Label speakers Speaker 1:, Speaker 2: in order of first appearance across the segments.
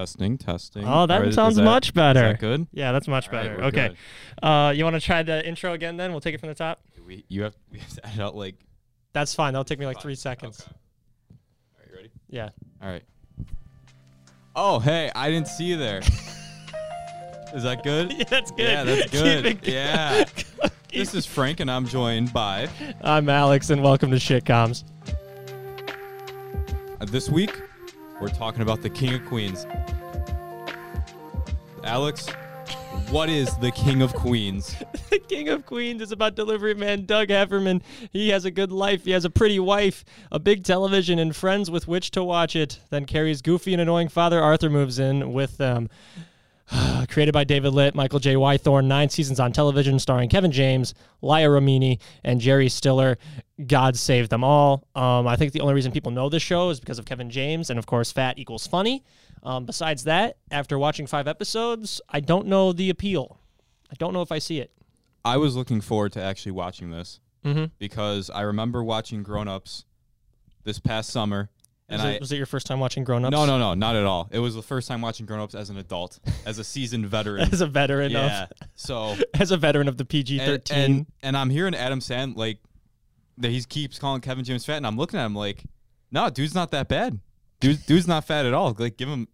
Speaker 1: Testing, testing.
Speaker 2: Oh, that
Speaker 1: Or is- is
Speaker 2: sounds
Speaker 1: that-
Speaker 2: much better.
Speaker 1: Is that good?
Speaker 2: Yeah, that's much
Speaker 1: All right,
Speaker 2: better.
Speaker 1: we're
Speaker 2: okay.
Speaker 1: good.
Speaker 2: Uh, you want to try the intro again then? We'll take it from the top.
Speaker 1: Do We, you have, we have to add out like.
Speaker 2: That's fine. That'll take me like
Speaker 1: five-
Speaker 2: three seconds.
Speaker 1: Okay. All right, you ready?
Speaker 2: Yeah.
Speaker 1: All right. Oh, hey, I didn't see you there. Is that good?
Speaker 2: Yeah, that's good.
Speaker 1: Yeah, that's
Speaker 2: Keep
Speaker 1: good.
Speaker 2: it go-
Speaker 1: Yeah. This is Frank, and I'm joined by.
Speaker 2: I'm Alex, and welcome to Shitcoms.
Speaker 1: Uh, This week, we're talking about the King of Queens. Alex, what is the King of Queens?
Speaker 2: the King of Queens is about delivery man Doug Hefferman. He has a good life. He has a pretty wife, a big television, and friends with which to watch it. Then Carrie's goofy and annoying father Arthur moves in with them. Created by David Litt, Michael J. Wythorn, nine seasons on television, starring Kevin James, Lya Ramini, and Jerry Stiller. God save them all. Um, I think the only reason people know this show is because of Kevin James, and of course, fat equals funny. Um, besides that, after watching five episodes, I don't know the appeal. I don't know if I see it.
Speaker 1: I was looking forward to actually watching this
Speaker 2: Mhm.
Speaker 1: because I remember watching Grown Ups this past summer, and
Speaker 2: was,
Speaker 1: I
Speaker 2: it, was it your first time watching Grown Ups?
Speaker 1: no no no not at all. It was the first time watching Grown Ups as an adult, as a seasoned veteran.
Speaker 2: As a veteran
Speaker 1: yeah.
Speaker 2: of,
Speaker 1: So
Speaker 2: as a veteran of the PG
Speaker 1: and,
Speaker 2: thirteen.
Speaker 1: and and I'm hearing Adam Sand like that he keeps calling Kevin James fat, and I'm looking at him like, no, dude's not that bad. Dude, dude's not fat at all. Like, give him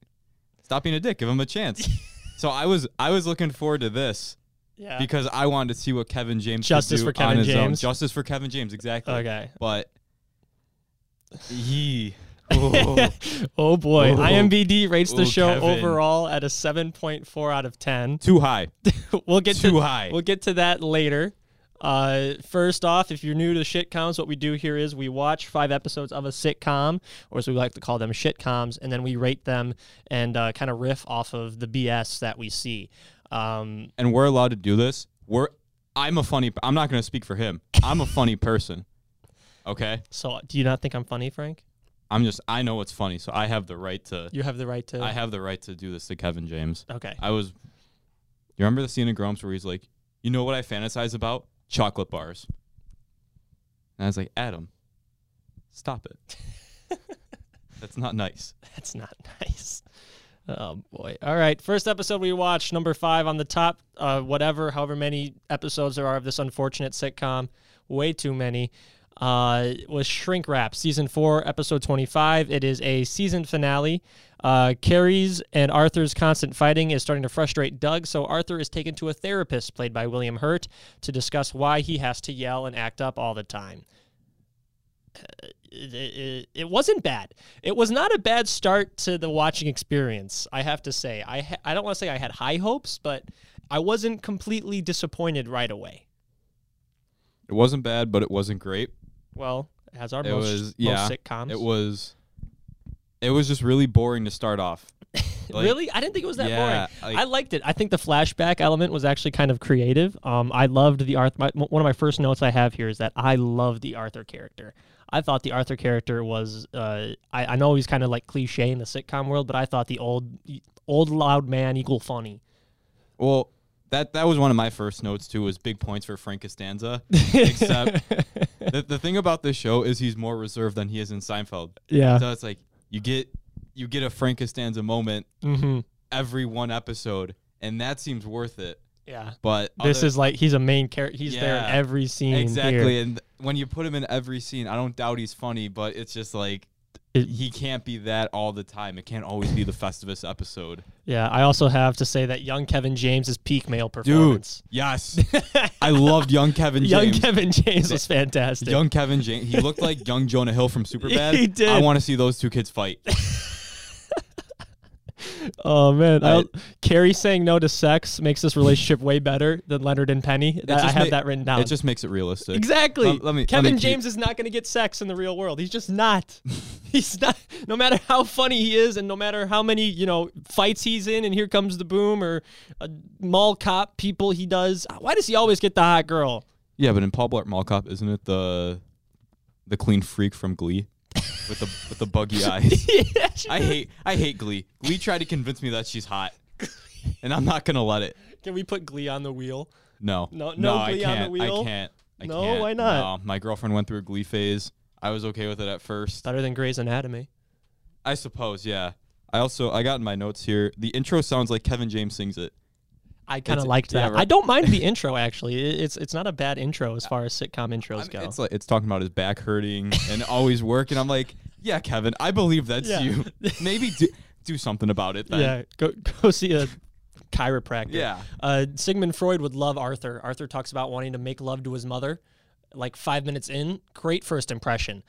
Speaker 1: stop being a dick. Give him a chance. so I was I was looking forward to this.
Speaker 2: Yeah.
Speaker 1: because I wanted to see what Kevin James could
Speaker 2: Justice
Speaker 1: do
Speaker 2: for Kevin
Speaker 1: on his own.
Speaker 2: James.
Speaker 1: Justice for Kevin James, exactly.
Speaker 2: Okay.
Speaker 1: but he. Ooh.
Speaker 2: oh boy.
Speaker 1: Ooh.
Speaker 2: IMDb rates the
Speaker 1: Ooh,
Speaker 2: show
Speaker 1: Kevin.
Speaker 2: overall at a seven point four out of ten.
Speaker 1: too high,
Speaker 2: we'll get
Speaker 1: too
Speaker 2: to
Speaker 1: high.
Speaker 2: we'll get to that later. Uh, first off, if you're new to shit coms, what we do here is we watch five episodes of a sitcom, or as we like to call them, shit coms, and then we rate them and uh, kind of riff off of the BS that we see. Um,
Speaker 1: and we're allowed to do this. We're. I'm a funny. I'm not going to speak for him. I'm a funny person. Okay,
Speaker 2: so, do you not think I'm funny, Frank?
Speaker 1: I'm just. I know what's funny, so I have the right to.
Speaker 2: You have the right to.
Speaker 1: I have the right to do this to Kevin James.
Speaker 2: okay.
Speaker 1: I was. You remember the scene in Grumps where he's like, "You know what I fantasize about? Chocolate bars." And I was like, "Adam, stop it. That's not nice."
Speaker 2: That's not nice. Oh boy! All right, first episode we watched, number five on the top, uh, whatever, however many episodes there are of this unfortunate sitcom, way too many. Uh, was Shrink Wrap season four, episode twenty-five. It is a season finale. Uh, Carrie's and Arthur's constant fighting is starting to frustrate Doug, so Arthur is taken to a therapist played by William Hurt to discuss why he has to yell and act up all the time it, it, it wasn't bad. It was not a bad start to the watching experience. I have to say, I ha- I don't want to say I had high hopes, but I wasn't completely disappointed right away.
Speaker 1: It wasn't bad, but it wasn't great.
Speaker 2: Well, as our
Speaker 1: It
Speaker 2: most,
Speaker 1: was-
Speaker 2: most
Speaker 1: yeah,
Speaker 2: sitcoms,
Speaker 1: It was. It was just really boring to start off. like-
Speaker 2: really. I didn't think it was that
Speaker 1: Yeah,
Speaker 2: boring.
Speaker 1: like-
Speaker 2: I liked it. I think the flashback element was actually kind of creative. Um, I loved the Arthur. My, one of my first notes I have here is that I love the Arthur character. I thought the Arthur character was. Uh, I, I know he's kind of like cliche in the sitcom world, but I thought the old old loud man equal funny.
Speaker 1: Well, that that was one of my first notes too. Was big points for Frank Costanza. Except the, the thing about this show is he's more reserved than he is in Seinfeld.
Speaker 2: Yeah.
Speaker 1: So it's like you get you get a Frank Costanza moment
Speaker 2: mm-hmm.
Speaker 1: every one episode, and that seems worth it.
Speaker 2: Yeah.
Speaker 1: But
Speaker 2: This
Speaker 1: other-
Speaker 2: is like he's a main character. He's there in
Speaker 1: Yeah.
Speaker 2: every scene.
Speaker 1: exactly,
Speaker 2: Here.
Speaker 1: and when you put him in every scene, I don't doubt he's funny, but it's just like
Speaker 2: It-
Speaker 1: he can't be that all the time. It can't always be the Festivus episode,
Speaker 2: Yeah. I also have to say that young Kevin James is peak male performance.
Speaker 1: Yes, I loved young Kevin
Speaker 2: young
Speaker 1: James.
Speaker 2: Kevin James was fantastic.
Speaker 1: Young Kevin James, he looked like young Jonah Hill from Superbad.
Speaker 2: He did.
Speaker 1: I want to see those two kids fight.
Speaker 2: oh man, I,
Speaker 1: I-
Speaker 2: Carrie saying no to sex makes this relationship way better than Leonard and Penny. That, I
Speaker 1: just
Speaker 2: have
Speaker 1: ma-
Speaker 2: that written down.
Speaker 1: It just makes it realistic.
Speaker 2: Exactly.
Speaker 1: Let- let me- let
Speaker 2: Kevin
Speaker 1: me keep-
Speaker 2: James is not going to get sex in the real world. He's just not. he's not. No matter how funny he is, and no matter how many you know fights he's in, and here comes the boom or uh, mall cop people he does. uh, Why does he always get the hot girl?
Speaker 1: Yeah, but in Paul Blart Mall Cop, isn't it the the clean freak from Glee with the with the buggy eyes? I hate I hate Glee. Glee tried to convince me that she's hot, and I'm not gonna let it.
Speaker 2: Can we put Glee on the wheel?
Speaker 1: No,
Speaker 2: No- no
Speaker 1: I
Speaker 2: Glee on the
Speaker 1: can't.
Speaker 2: wheel?
Speaker 1: I can't. I
Speaker 2: No,
Speaker 1: can't.
Speaker 2: why
Speaker 1: No,
Speaker 2: not?
Speaker 1: my girlfriend went through a Glee phase. I was okay with it at first.
Speaker 2: Better than Grey's Anatomy.
Speaker 1: I suppose, yeah. I also I got in my notes here. The intro sounds like Kevin James sings it.
Speaker 2: I kind of
Speaker 1: It's-
Speaker 2: liked
Speaker 1: yeah,
Speaker 2: that.
Speaker 1: right.
Speaker 2: I don't mind the intro actually. It- It's it's not a bad intro as far as sitcom intros
Speaker 1: I mean,
Speaker 2: go.
Speaker 1: it's like it's talking about his back hurting and always working. I'm like, yeah, Kevin, I believe that's
Speaker 2: Yeah.
Speaker 1: you. Maybe do, do something about it then.
Speaker 2: yeah, go go see a chiropractor.
Speaker 1: Yeah.
Speaker 2: Uh, Sigmund Freud would love Arthur. Arthur talks about wanting to make love to his mother. Like five minutes in, great first impression.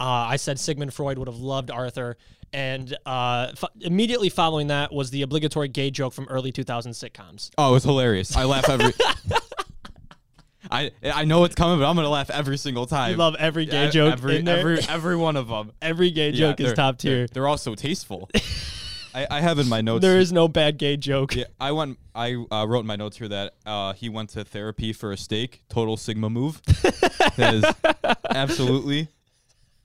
Speaker 2: Uh, I said Sigmund Freud would have loved Arthur. And uh, f- immediately following that was the obligatory gay joke from early 2000 sitcoms.
Speaker 1: Oh, it was hilarious. I laugh every. I I know it's coming, but I'm gonna laugh every single time.
Speaker 2: I love every gay
Speaker 1: Yeah,
Speaker 2: joke.
Speaker 1: Every
Speaker 2: in there.
Speaker 1: every every one of them.
Speaker 2: Every gay
Speaker 1: Yeah,
Speaker 2: joke is
Speaker 1: they're-
Speaker 2: top
Speaker 1: they're-
Speaker 2: tier.
Speaker 1: They're all so tasteful. I, I have in my notes.
Speaker 2: There is no bad gay joke.
Speaker 1: Yeah, I went. I uh, wrote in my notes here that uh, he went to therapy for a steak. Total sigma move. that is absolutely.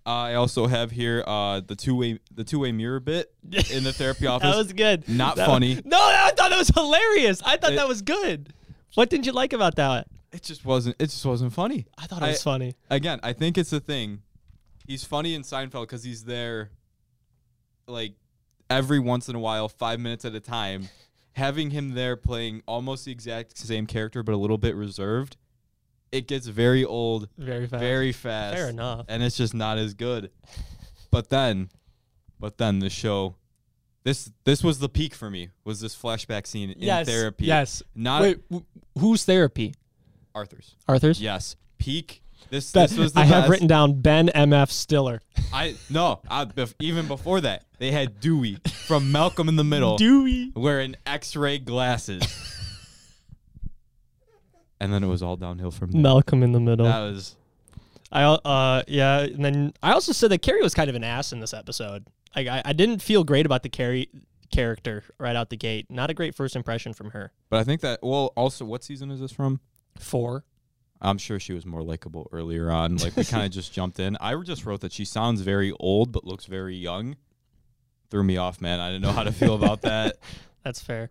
Speaker 1: Uh, I also have here uh, the two way the two way mirror bit in the therapy office.
Speaker 2: That was good.
Speaker 1: not
Speaker 2: That-
Speaker 1: funny.
Speaker 2: No, I thought that was hilarious. I thought
Speaker 1: It-
Speaker 2: that was good. What didn't you like about that?
Speaker 1: it just wasn't. It just wasn't funny.
Speaker 2: I thought it was funny.
Speaker 1: Again, I think it's the thing. He's funny in Seinfeld because he's there, like every once in a while, five minutes at a time. Having him there playing almost the exact same character but a little bit reserved, it gets very old
Speaker 2: Very fast.
Speaker 1: very fast.
Speaker 2: Fair enough.
Speaker 1: And it's just not as good. But then, but then the show, this this was the peak for me. Was this flashback scene in
Speaker 2: yes.
Speaker 1: therapy?
Speaker 2: Yes.
Speaker 1: Not
Speaker 2: Wait, wh- whose therapy?
Speaker 1: Arthur's.
Speaker 2: Arthur's.
Speaker 1: Yes. Peak. This
Speaker 2: That-
Speaker 1: this was the
Speaker 2: I have
Speaker 1: best.
Speaker 2: written down Ben M F Stiller.
Speaker 1: I no. I, bef- even before that, they had Dewey from Malcolm in the Middle
Speaker 2: Dewey.
Speaker 1: wearing X-ray glasses. and then it was all downhill from there.
Speaker 2: Malcolm in the middle.
Speaker 1: That was
Speaker 2: I al- uh yeah, and then I also said that Carrie was kind of an ass in this episode. Like I, I didn't feel great about the Carrie character right out the gate. Not a great first impression from her.
Speaker 1: but I think that well also what season is this from?
Speaker 2: Four.
Speaker 1: I'm sure she was more likable earlier on. Like we kind of just jumped in. I just wrote that she sounds very old but looks very young. Threw me off, man. I didn't know how to feel about that.
Speaker 2: That's fair.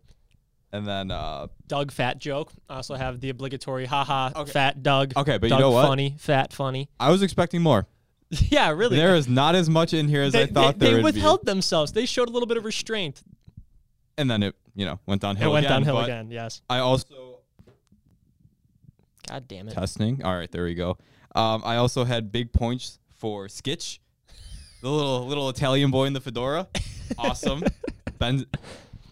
Speaker 1: And then, uh,
Speaker 2: Doug fat joke. I also have the obligatory haha
Speaker 1: Okay.
Speaker 2: fat Doug.
Speaker 1: okay, but
Speaker 2: Doug
Speaker 1: you know what?
Speaker 2: funny, fat funny.
Speaker 1: I was expecting more.
Speaker 2: yeah, really.
Speaker 1: There is not as much in here as
Speaker 2: they,
Speaker 1: I thought
Speaker 2: they,
Speaker 1: there
Speaker 2: they
Speaker 1: would
Speaker 2: withheld themselves. They showed a little bit of restraint.
Speaker 1: be. And then it, you know, went
Speaker 2: It
Speaker 1: downhill.
Speaker 2: went
Speaker 1: again,
Speaker 2: downhill
Speaker 1: but
Speaker 2: again. Yes.
Speaker 1: I also
Speaker 2: God damn it.
Speaker 1: testing. All right, there we go. Um, I also had big points for Skitch, the little little Italian boy in the fedora. Awesome. ben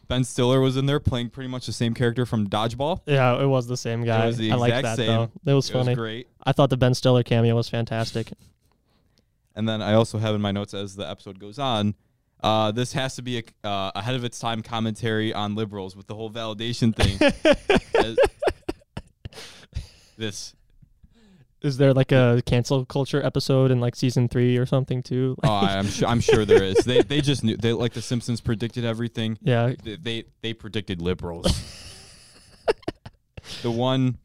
Speaker 1: Ben Stiller was in there playing pretty much the same character from Dodgeball.
Speaker 2: Yeah, it was the same guy.
Speaker 1: was the
Speaker 2: I like that
Speaker 1: exact
Speaker 2: though. It was
Speaker 1: It
Speaker 2: funny.
Speaker 1: was great.
Speaker 2: I thought the Ben Stiller cameo was fantastic.
Speaker 1: And then I also have in my notes as the episode goes on, uh, this has to be a uh, ahead of its time commentary on liberals with the whole validation thing. As- this,
Speaker 2: Is there like a cancel culture episode in like season three or something too?
Speaker 1: oh, I- I'm sure, I'm sure there is. They they just knew they like the Simpsons predicted everything.
Speaker 2: yeah.
Speaker 1: They they, they predicted liberals. the one,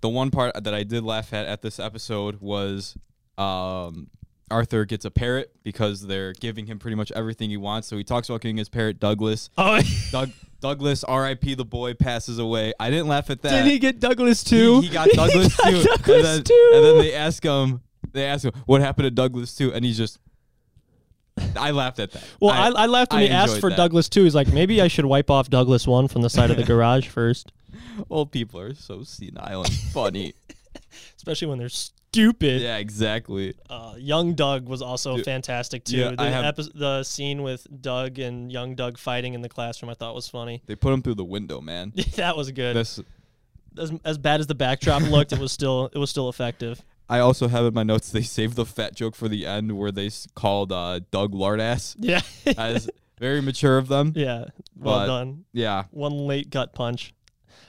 Speaker 1: the one part that I did laugh at at this episode was. Um, Arthur gets a parrot because they're giving him pretty much everything he wants. So he talks about getting his parrot Douglas.
Speaker 2: Oh,
Speaker 1: Doug Douglas, R.I.P. The boy passes away. I didn't laugh at that.
Speaker 2: did he get Douglas
Speaker 1: He-
Speaker 2: too?
Speaker 1: He, got Douglas
Speaker 2: got
Speaker 1: too.
Speaker 2: Douglas
Speaker 1: and then,
Speaker 2: too.
Speaker 1: And then they ask him. They ask him what happened to Douglas too, and he's just. I laughed at that.
Speaker 2: Well, I, I laughed when
Speaker 1: I
Speaker 2: he asked
Speaker 1: enjoyed
Speaker 2: for
Speaker 1: that.
Speaker 2: Douglas two. He's like, maybe I should wipe off Douglas one from the side of the garage first,
Speaker 1: Old people are so senile and funny.
Speaker 2: especially when they're stupid.
Speaker 1: yeah, exactly.
Speaker 2: Uh, young Doug was also
Speaker 1: Dude.
Speaker 2: fantastic too.
Speaker 1: Yeah,
Speaker 2: the,
Speaker 1: I have-
Speaker 2: epi- the scene with Doug and young Doug fighting in the classroom, I thought was funny.
Speaker 1: They put him through the window, man.
Speaker 2: that was good.
Speaker 1: This
Speaker 2: as, as bad as the backdrop looked, it was still it was still effective.
Speaker 1: I also have in my notes. They saved the fat joke for the end, where they s- called uh, Doug Lardass.
Speaker 2: Yeah,
Speaker 1: That is very mature of them.
Speaker 2: yeah. Well
Speaker 1: But-
Speaker 2: done.
Speaker 1: Yeah.
Speaker 2: One late gut punch.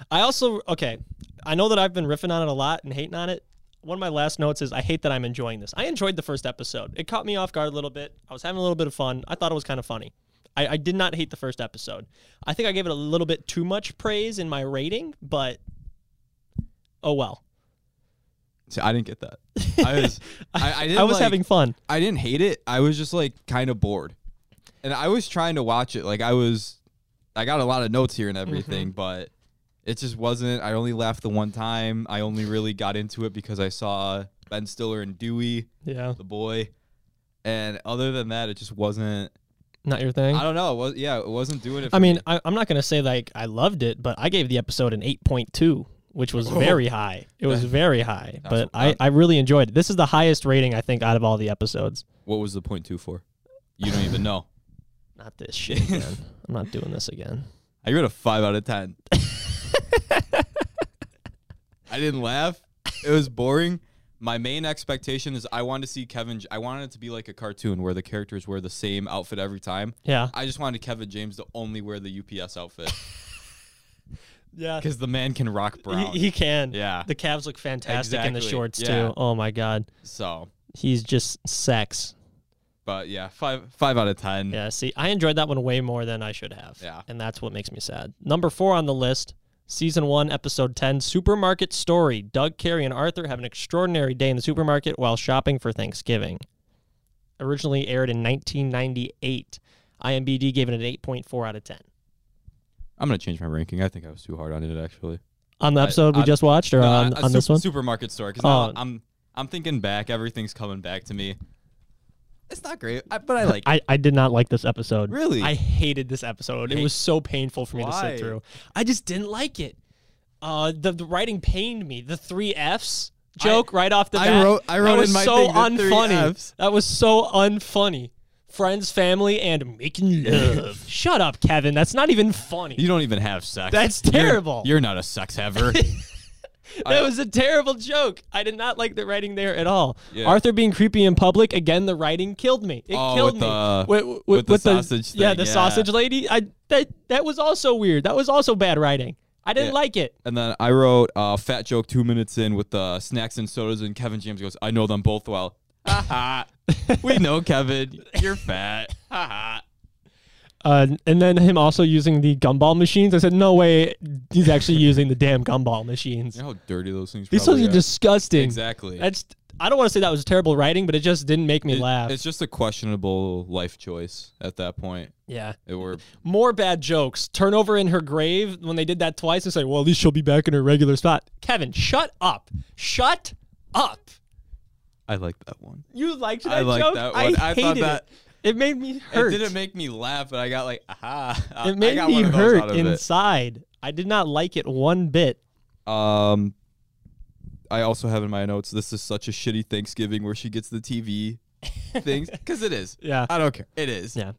Speaker 2: I also okay. I know that I've been riffing on it a lot and hating on it. One of my last notes is I hate that I'm enjoying this. I enjoyed the first episode. It caught me off guard a little bit. I was having a little bit of fun. I thought it was kind of funny. I, I did not hate the first episode. I think I gave it a little bit too much praise in my rating, but oh well.
Speaker 1: See, I didn't get that. I was. I, I, didn't
Speaker 2: I was
Speaker 1: like-
Speaker 2: having fun.
Speaker 1: I didn't hate it. I was just like kind of bored. And I was trying to watch it. Like I was I got a lot of notes here and
Speaker 2: Mm-hmm.
Speaker 1: everything, but it just wasn't I only laughed the one time. I only really got into it because I saw Ben Stiller and Dewey,
Speaker 2: Yeah.
Speaker 1: the boy. And other than that, it just wasn't
Speaker 2: Not your thing.
Speaker 1: I
Speaker 2: I,
Speaker 1: don't know. It was, yeah, it wasn't doing it. For
Speaker 2: mean,
Speaker 1: me.
Speaker 2: I, I'm not gonna say like I loved it, but I gave the episode an 8.2, which was
Speaker 1: Oh.
Speaker 2: very high. It was very high, but I, I really enjoyed it. This is the highest rating I think out of all the episodes.
Speaker 1: what was the point two for? You don't even know.
Speaker 2: Not this shit again. I'm not doing this again.
Speaker 1: I gave it a five out of ten. I didn't laugh. It was boring. My main expectation is I wanted to see Kevin. J- I wanted it to be like a cartoon where the characters wear the same outfit every time.
Speaker 2: Yeah.
Speaker 1: I just wanted Kevin James to only wear the UPS outfit
Speaker 2: Yeah.
Speaker 1: because the man can rock brown.
Speaker 2: He, he can.
Speaker 1: Yeah.
Speaker 2: The calves look fantastic in the
Speaker 1: Exactly.
Speaker 2: shorts
Speaker 1: Yeah.
Speaker 2: too. Oh my god.
Speaker 1: so,
Speaker 2: He's just sex.
Speaker 1: but yeah, five five out of ten.
Speaker 2: Yeah, see, I enjoyed that one way more than I should have.
Speaker 1: Yeah.
Speaker 2: And that's what makes me sad. Number four on the list, season one, episode 10, Supermarket Story. Doug, Carey, and Arthur have an extraordinary day in the supermarket while shopping for Thanksgiving. Originally aired in 1998. IMBD gave it an 8.4 out of 10.
Speaker 1: I'm gonna change my ranking. I think I was too hard on it actually.
Speaker 2: On the episode we
Speaker 1: I-
Speaker 2: just watched or
Speaker 1: No,
Speaker 2: on,
Speaker 1: I-
Speaker 2: on this
Speaker 1: sup-
Speaker 2: one?
Speaker 1: supermarket store because
Speaker 2: Oh.
Speaker 1: I'm I'm thinking back. Everything's coming back to me. It's not great, I, but I like. it.
Speaker 2: I, I did not like this episode.
Speaker 1: Really?
Speaker 2: I hated this episode. It was so painful for me to
Speaker 1: Why?
Speaker 2: sit through. I just didn't like it. Uh, the, the writing pained me. The three F's joke right off the
Speaker 1: I
Speaker 2: bat.
Speaker 1: wrote- I wrote
Speaker 2: that
Speaker 1: in
Speaker 2: was
Speaker 1: my
Speaker 2: so
Speaker 1: thing the three
Speaker 2: unfunny.
Speaker 1: Fs.
Speaker 2: That was so unfunny. Friends, family, and making love. Shut up, Kevin. That's not even funny.
Speaker 1: you don't even have sex.
Speaker 2: That's
Speaker 1: You're-
Speaker 2: terrible.
Speaker 1: You're, not a sex haver.
Speaker 2: that was a terrible joke. I did not like the writing there at all.
Speaker 1: Yeah.
Speaker 2: Arthur being creepy in public again. The writing killed me. It
Speaker 1: Oh,
Speaker 2: killed
Speaker 1: with
Speaker 2: me.
Speaker 1: the-
Speaker 2: Wi- wi-
Speaker 1: with the
Speaker 2: with
Speaker 1: sausage
Speaker 2: Yeah,
Speaker 1: thing,
Speaker 2: the
Speaker 1: yeah.
Speaker 2: sausage lady. I that that was also weird. That was also bad writing. I didn't
Speaker 1: Yeah.
Speaker 2: like it.
Speaker 1: and then I wrote a fat joke two minutes in with the snacks and sodas, and Kevin James goes, "I know them both well." Ha ha. we know Kevin. You're fat. Ha ha.
Speaker 2: Uh, and then him also using the gumball machines. I said, no way. He's actually using the damn gumball machines.
Speaker 1: You know how dirty those things.
Speaker 2: These
Speaker 1: probably
Speaker 2: things are disgusting.
Speaker 1: exactly.
Speaker 2: That's. I don't want to say that was terrible writing, but it just didn't make me
Speaker 1: It-
Speaker 2: laugh.
Speaker 1: It's just a questionable life choice at that point.
Speaker 2: yeah.
Speaker 1: It were
Speaker 2: More bad jokes. Turnover in her grave. When they did that twice, it's like, well, at least she'll be back in her regular spot. Kevin, shut up. Shut up.
Speaker 1: I like that one.
Speaker 2: You liked that
Speaker 1: I liked
Speaker 2: joke?
Speaker 1: that one. I
Speaker 2: hated
Speaker 1: thought that-
Speaker 2: it. It made me hurt.
Speaker 1: It didn't make me laugh, but I got like, aha. I-
Speaker 2: It made
Speaker 1: I got
Speaker 2: me
Speaker 1: one of those out
Speaker 2: hurt
Speaker 1: of
Speaker 2: inside. I did not like it one bit.
Speaker 1: it. Um, I also have in my notes. This is such a shitty Thanksgiving where she gets the TV things because it is.
Speaker 2: Yeah.
Speaker 1: I don't care. It is.
Speaker 2: Yeah.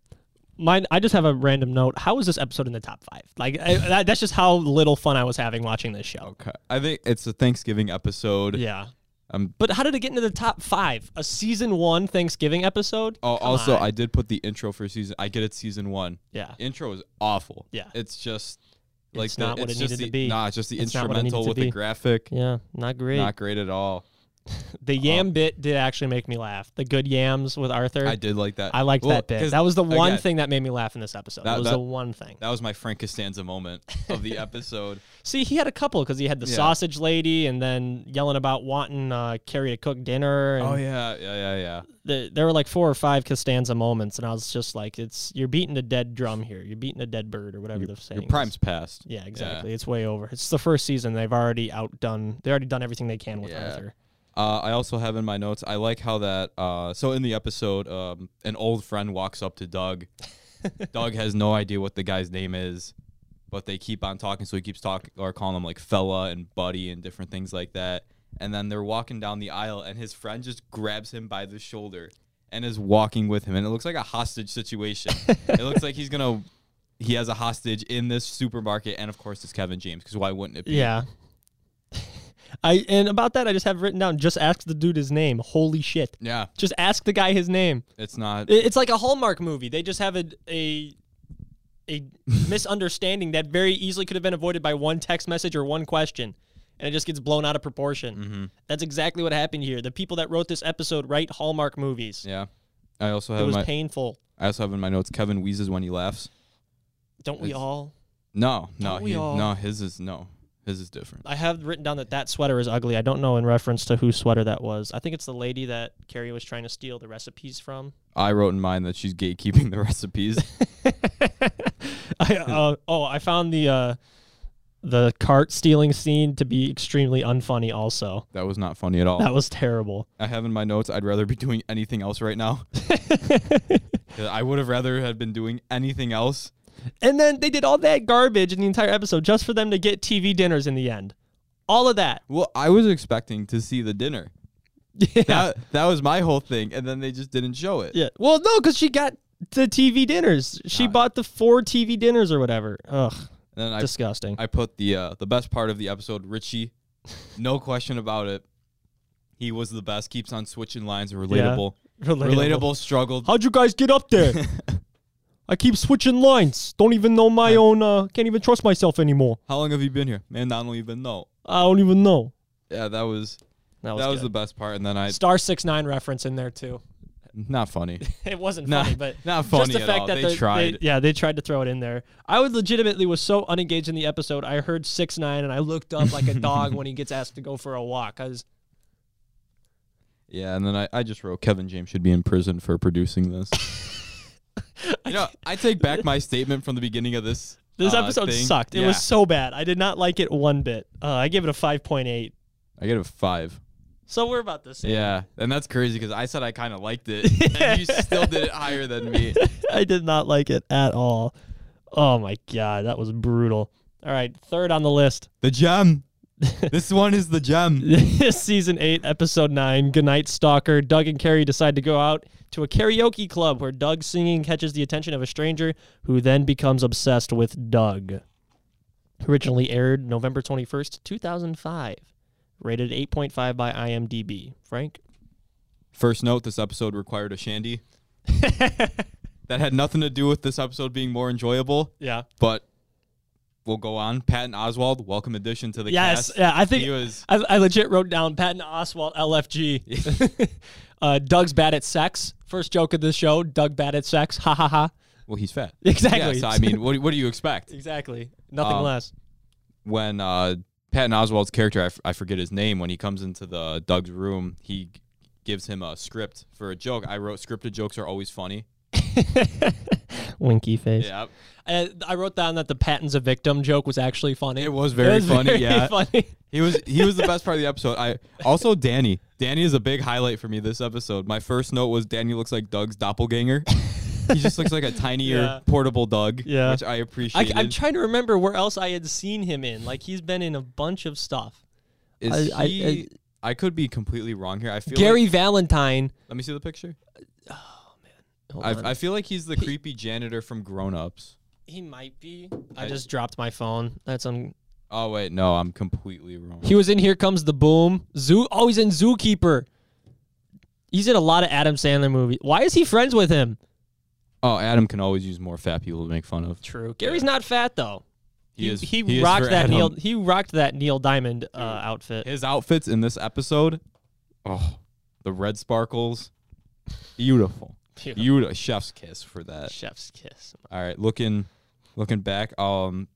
Speaker 2: Mine, I just have a random note. How is this episode in the top five? Like, I, that, that's just how little fun I was having watching this show.
Speaker 1: Okay. I think it's a Thanksgiving episode.
Speaker 2: Yeah.
Speaker 1: Um,
Speaker 2: But how did it get into the top five? A season one Thanksgiving episode?
Speaker 1: oh,
Speaker 2: Come
Speaker 1: also,
Speaker 2: on.
Speaker 1: I did put the intro for season. I get it, season one.
Speaker 2: Yeah.
Speaker 1: Intro is awful.
Speaker 2: Yeah.
Speaker 1: It's just like
Speaker 2: It's
Speaker 1: the-
Speaker 2: not what
Speaker 1: it's
Speaker 2: it
Speaker 1: just
Speaker 2: needed to
Speaker 1: the-
Speaker 2: be.
Speaker 1: Nah, it's just the
Speaker 2: It's not what it
Speaker 1: instrumental
Speaker 2: needed to
Speaker 1: with the
Speaker 2: be.
Speaker 1: graphic.
Speaker 2: Yeah, not great.
Speaker 1: Not great at all.
Speaker 2: the
Speaker 1: Oh.
Speaker 2: yam bit did actually make me laugh. The good yams with Arthur.
Speaker 1: I
Speaker 2: I,
Speaker 1: did like that.
Speaker 2: liked
Speaker 1: Well,
Speaker 2: that bit.
Speaker 1: 'cause,
Speaker 2: That was the one
Speaker 1: again,
Speaker 2: thing that made me laugh in this episode. That,
Speaker 1: That-
Speaker 2: was
Speaker 1: that-
Speaker 2: the one thing.
Speaker 1: That was my Frank Costanza moment of the episode.
Speaker 2: See, he had a couple because he had the
Speaker 1: Yeah.
Speaker 2: sausage lady and then yelling about wanting uh, Carrie to cook dinner. And
Speaker 1: oh yeah, yeah, yeah, yeah.
Speaker 2: the, there were like four or five Costanza moments, and I was just like, "It's you're beating a dead drum here. You're beating a dead bird or whatever the saying."
Speaker 1: Your
Speaker 2: is.
Speaker 1: prime's passed.
Speaker 2: Yeah, exactly. It's way over. It's the first season. They've already outdone. They already done everything they can with
Speaker 1: Yeah.
Speaker 2: Arthur.
Speaker 1: Uh, I also have in my notes. I like how that. Uh, so in the episode, um, an old friend walks up to Doug. Doug has no idea what the guy's name is, but they keep on talking. So he keeps talking or calling him like fella and buddy and different things like that. And then they're walking down the aisle, and his friend just grabs him by the shoulder and is walking with him. And it looks like a hostage situation. it looks like he's gonna. He has a hostage in this supermarket, and of course it's Kevin James. Because why wouldn't it be?
Speaker 2: Yeah. I and about that, I just have written down. Just ask the dude his name. Holy shit!
Speaker 1: Yeah,
Speaker 2: Just ask the guy his name.
Speaker 1: it's not.
Speaker 2: I- It's like a Hallmark movie. They just have a a, a misunderstanding that very easily could have been avoided by one text message or one question, and it just gets blown out of proportion.
Speaker 1: Mm-hmm.
Speaker 2: That's exactly what happened here. The people that wrote this episode write Hallmark movies.
Speaker 1: yeah. I also
Speaker 2: It
Speaker 1: have
Speaker 2: was
Speaker 1: my,
Speaker 2: painful.
Speaker 1: I also have in my notes Kevin wheezes when he laughs.
Speaker 2: Don't we
Speaker 1: It's-
Speaker 2: all?
Speaker 1: No, no,
Speaker 2: Don't we
Speaker 1: he,
Speaker 2: all?
Speaker 1: no. His is no, his is different.
Speaker 2: I have written down that that sweater is ugly. I don't know in reference to whose sweater that was. I think it's the lady that Carrie was trying to steal the recipes from.
Speaker 1: I wrote in mine that she's gatekeeping the recipes.
Speaker 2: I, uh, oh, I found the uh, the cart stealing scene to be extremely unfunny. Also,
Speaker 1: That was not funny at all.
Speaker 2: that was terrible.
Speaker 1: I have in my notes. I'd rather be doing anything else right now. I would have rather had been doing anything else.
Speaker 2: And then they did all that garbage in the entire episode just for them to get TV dinners in the end. All of that.
Speaker 1: Well, I was expecting to see the dinner.
Speaker 2: Yeah.
Speaker 1: That that was my whole thing, and then they just didn't show it.
Speaker 2: yeah. Well, no, because she got the TV dinners. She
Speaker 1: God.
Speaker 2: bought the four TV dinners or whatever. Ugh,
Speaker 1: And then I
Speaker 2: disgusting.
Speaker 1: I put the uh, the best part of the episode, Richie. No question about it. He was the best. Keeps on switching lines. Relatable. Relatable, struggled.
Speaker 2: How'd you guys get up there? I keep switching lines. Don't even know my own. Uh, can't even trust myself anymore.
Speaker 1: How long have you been here? Man, I don't even know.
Speaker 2: I don't even know.
Speaker 1: Yeah, that was that
Speaker 2: That was,
Speaker 1: was,
Speaker 2: good.
Speaker 1: the best part. And then I
Speaker 2: star six nine reference in there too.
Speaker 1: not funny.
Speaker 2: It wasn't
Speaker 1: Not-
Speaker 2: funny, but
Speaker 1: not
Speaker 2: just
Speaker 1: funny
Speaker 2: the
Speaker 1: at
Speaker 2: fact
Speaker 1: all.
Speaker 2: that
Speaker 1: They
Speaker 2: the-
Speaker 1: tried.
Speaker 2: yeah, they tried to throw it in there. I was legitimately was so unengaged in the episode. I heard six nine, and I looked up like a dog when he gets asked to go for a walk. I was,
Speaker 1: yeah, and then I, I just wrote Kevin James should be in prison for producing this. you know, I take back my statement from the beginning of this.
Speaker 2: this
Speaker 1: uh,
Speaker 2: episode
Speaker 1: thing.
Speaker 2: sucked. It
Speaker 1: Yeah.
Speaker 2: was so bad. I did not like it one bit. Uh, I gave it a five point eight.
Speaker 1: I get a five.
Speaker 2: So we're about the same.
Speaker 1: Yeah, and that's crazy because I said I kind of liked it, and you still did it higher than me.
Speaker 2: I did not like it at all. Oh my god, that was brutal. All right, third on the list.
Speaker 1: The gem. this one is the gem.
Speaker 2: season 8 episode 9 goodnight stalker doug and carrie decide to go out to a karaoke club where doug's singing catches the attention of a stranger who then becomes obsessed with doug originally aired november 21st 2005 rated 8.5 by imdb frank
Speaker 1: First note: This episode required a shandy. that had nothing to do with this episode being more enjoyable,
Speaker 2: yeah
Speaker 1: but we'll go on. Patton Oswald, welcome addition to the
Speaker 2: yes
Speaker 1: cast.
Speaker 2: yeah i think
Speaker 1: He was
Speaker 2: I, I legit wrote down patton oswald lfg uh, doug's bad at sex first joke of the show doug bad at sex ha ha ha
Speaker 1: well. He's fat.
Speaker 2: exactly
Speaker 1: Yeah, so I mean, what, do- what do you expect
Speaker 2: exactly nothing
Speaker 1: Um,
Speaker 2: less
Speaker 1: when uh, Patton Oswald's character, I, f- I forget his name, when he comes into the Doug's room, he g- gives him a script for a joke. I wrote scripted jokes are always funny.
Speaker 2: Winky face.
Speaker 1: Yeah,
Speaker 2: Uh, I wrote down that the Patton's a victim joke was actually funny.
Speaker 1: it was very
Speaker 2: It was
Speaker 1: funny.
Speaker 2: very
Speaker 1: yeah,
Speaker 2: funny.
Speaker 1: He was he was the best part of the episode. I also Danny. Danny is a big highlight for me this episode. My first note was Danny looks like Doug's doppelganger. he just looks like a tinier
Speaker 2: Yeah.
Speaker 1: portable Doug,
Speaker 2: Yeah.
Speaker 1: which I
Speaker 2: I,
Speaker 1: appreciated.
Speaker 2: I'm trying to remember where else I had seen him in. Like he's been in a bunch of stuff.
Speaker 1: is
Speaker 2: I- I-
Speaker 1: he, I, could be completely wrong here. I feel
Speaker 2: Gary
Speaker 1: Like,
Speaker 2: Valentine.
Speaker 1: let me see the picture.
Speaker 2: Hold on.
Speaker 1: I, I feel like he's the creepy janitor from Grown Ups.
Speaker 2: he might be. I, just dropped my phone. That's on.
Speaker 1: Oh wait, no, I'm completely wrong.
Speaker 2: He was in Here Comes the Boom. Zoo. Oh, he's in Zookeeper. He's in a lot of Adam Sandler movies. Why is he friends with him?
Speaker 1: Oh, Adam can always use more fat people to make fun of.
Speaker 2: True. Gary's not fat though.
Speaker 1: He is.
Speaker 2: He,
Speaker 1: he is
Speaker 2: rocked
Speaker 1: for
Speaker 2: that
Speaker 1: Adam.
Speaker 2: Neil. He rocked that Neil Diamond uh, outfit.
Speaker 1: His outfits in this episode, oh, the red sparkles, beautiful.
Speaker 2: Beautiful.
Speaker 1: You a chef's kiss for that.
Speaker 2: Chef's kiss.
Speaker 1: All right, looking, looking back. Um,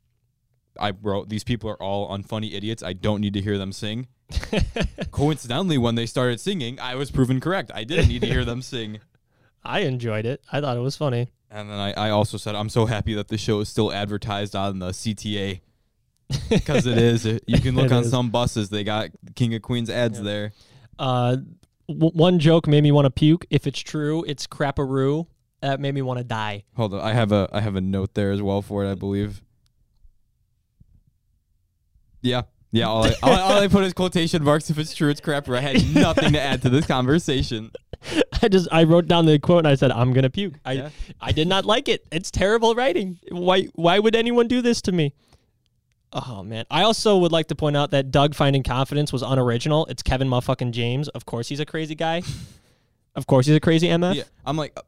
Speaker 1: I wrote these people are all unfunny idiots. I don't need to hear them sing. Coincidentally, when they started singing, I was proven correct. I didn't need to hear them sing.
Speaker 2: I enjoyed it. I thought it was funny.
Speaker 1: And then I, I also said I'm so happy that the show is still advertised on the CTA because it is. It- You can look
Speaker 2: It
Speaker 1: on
Speaker 2: is.
Speaker 1: some buses they got King of Queens ads there.
Speaker 2: Uh, w- one joke made me want to puke. If it's true, it's craparoo. That made me want to die.
Speaker 1: Hold on, I have a I have a note there as well for it, I believe. Yeah, yeah. All I, all, I- all I put is quotation marks. If it's true, it's crap. Or I had nothing to add to this conversation.
Speaker 2: I just I wrote down the quote and I said I'm gonna puke. I
Speaker 1: Yeah.
Speaker 2: I did not like it. It's terrible writing. Why why would anyone do this to me? Oh man. I also would like to point out that Doug finding confidence was unoriginal. It's Kevin motherfucking James. Of course he's a crazy guy. of course he's a crazy MF.
Speaker 1: Yeah, I'm like, uh,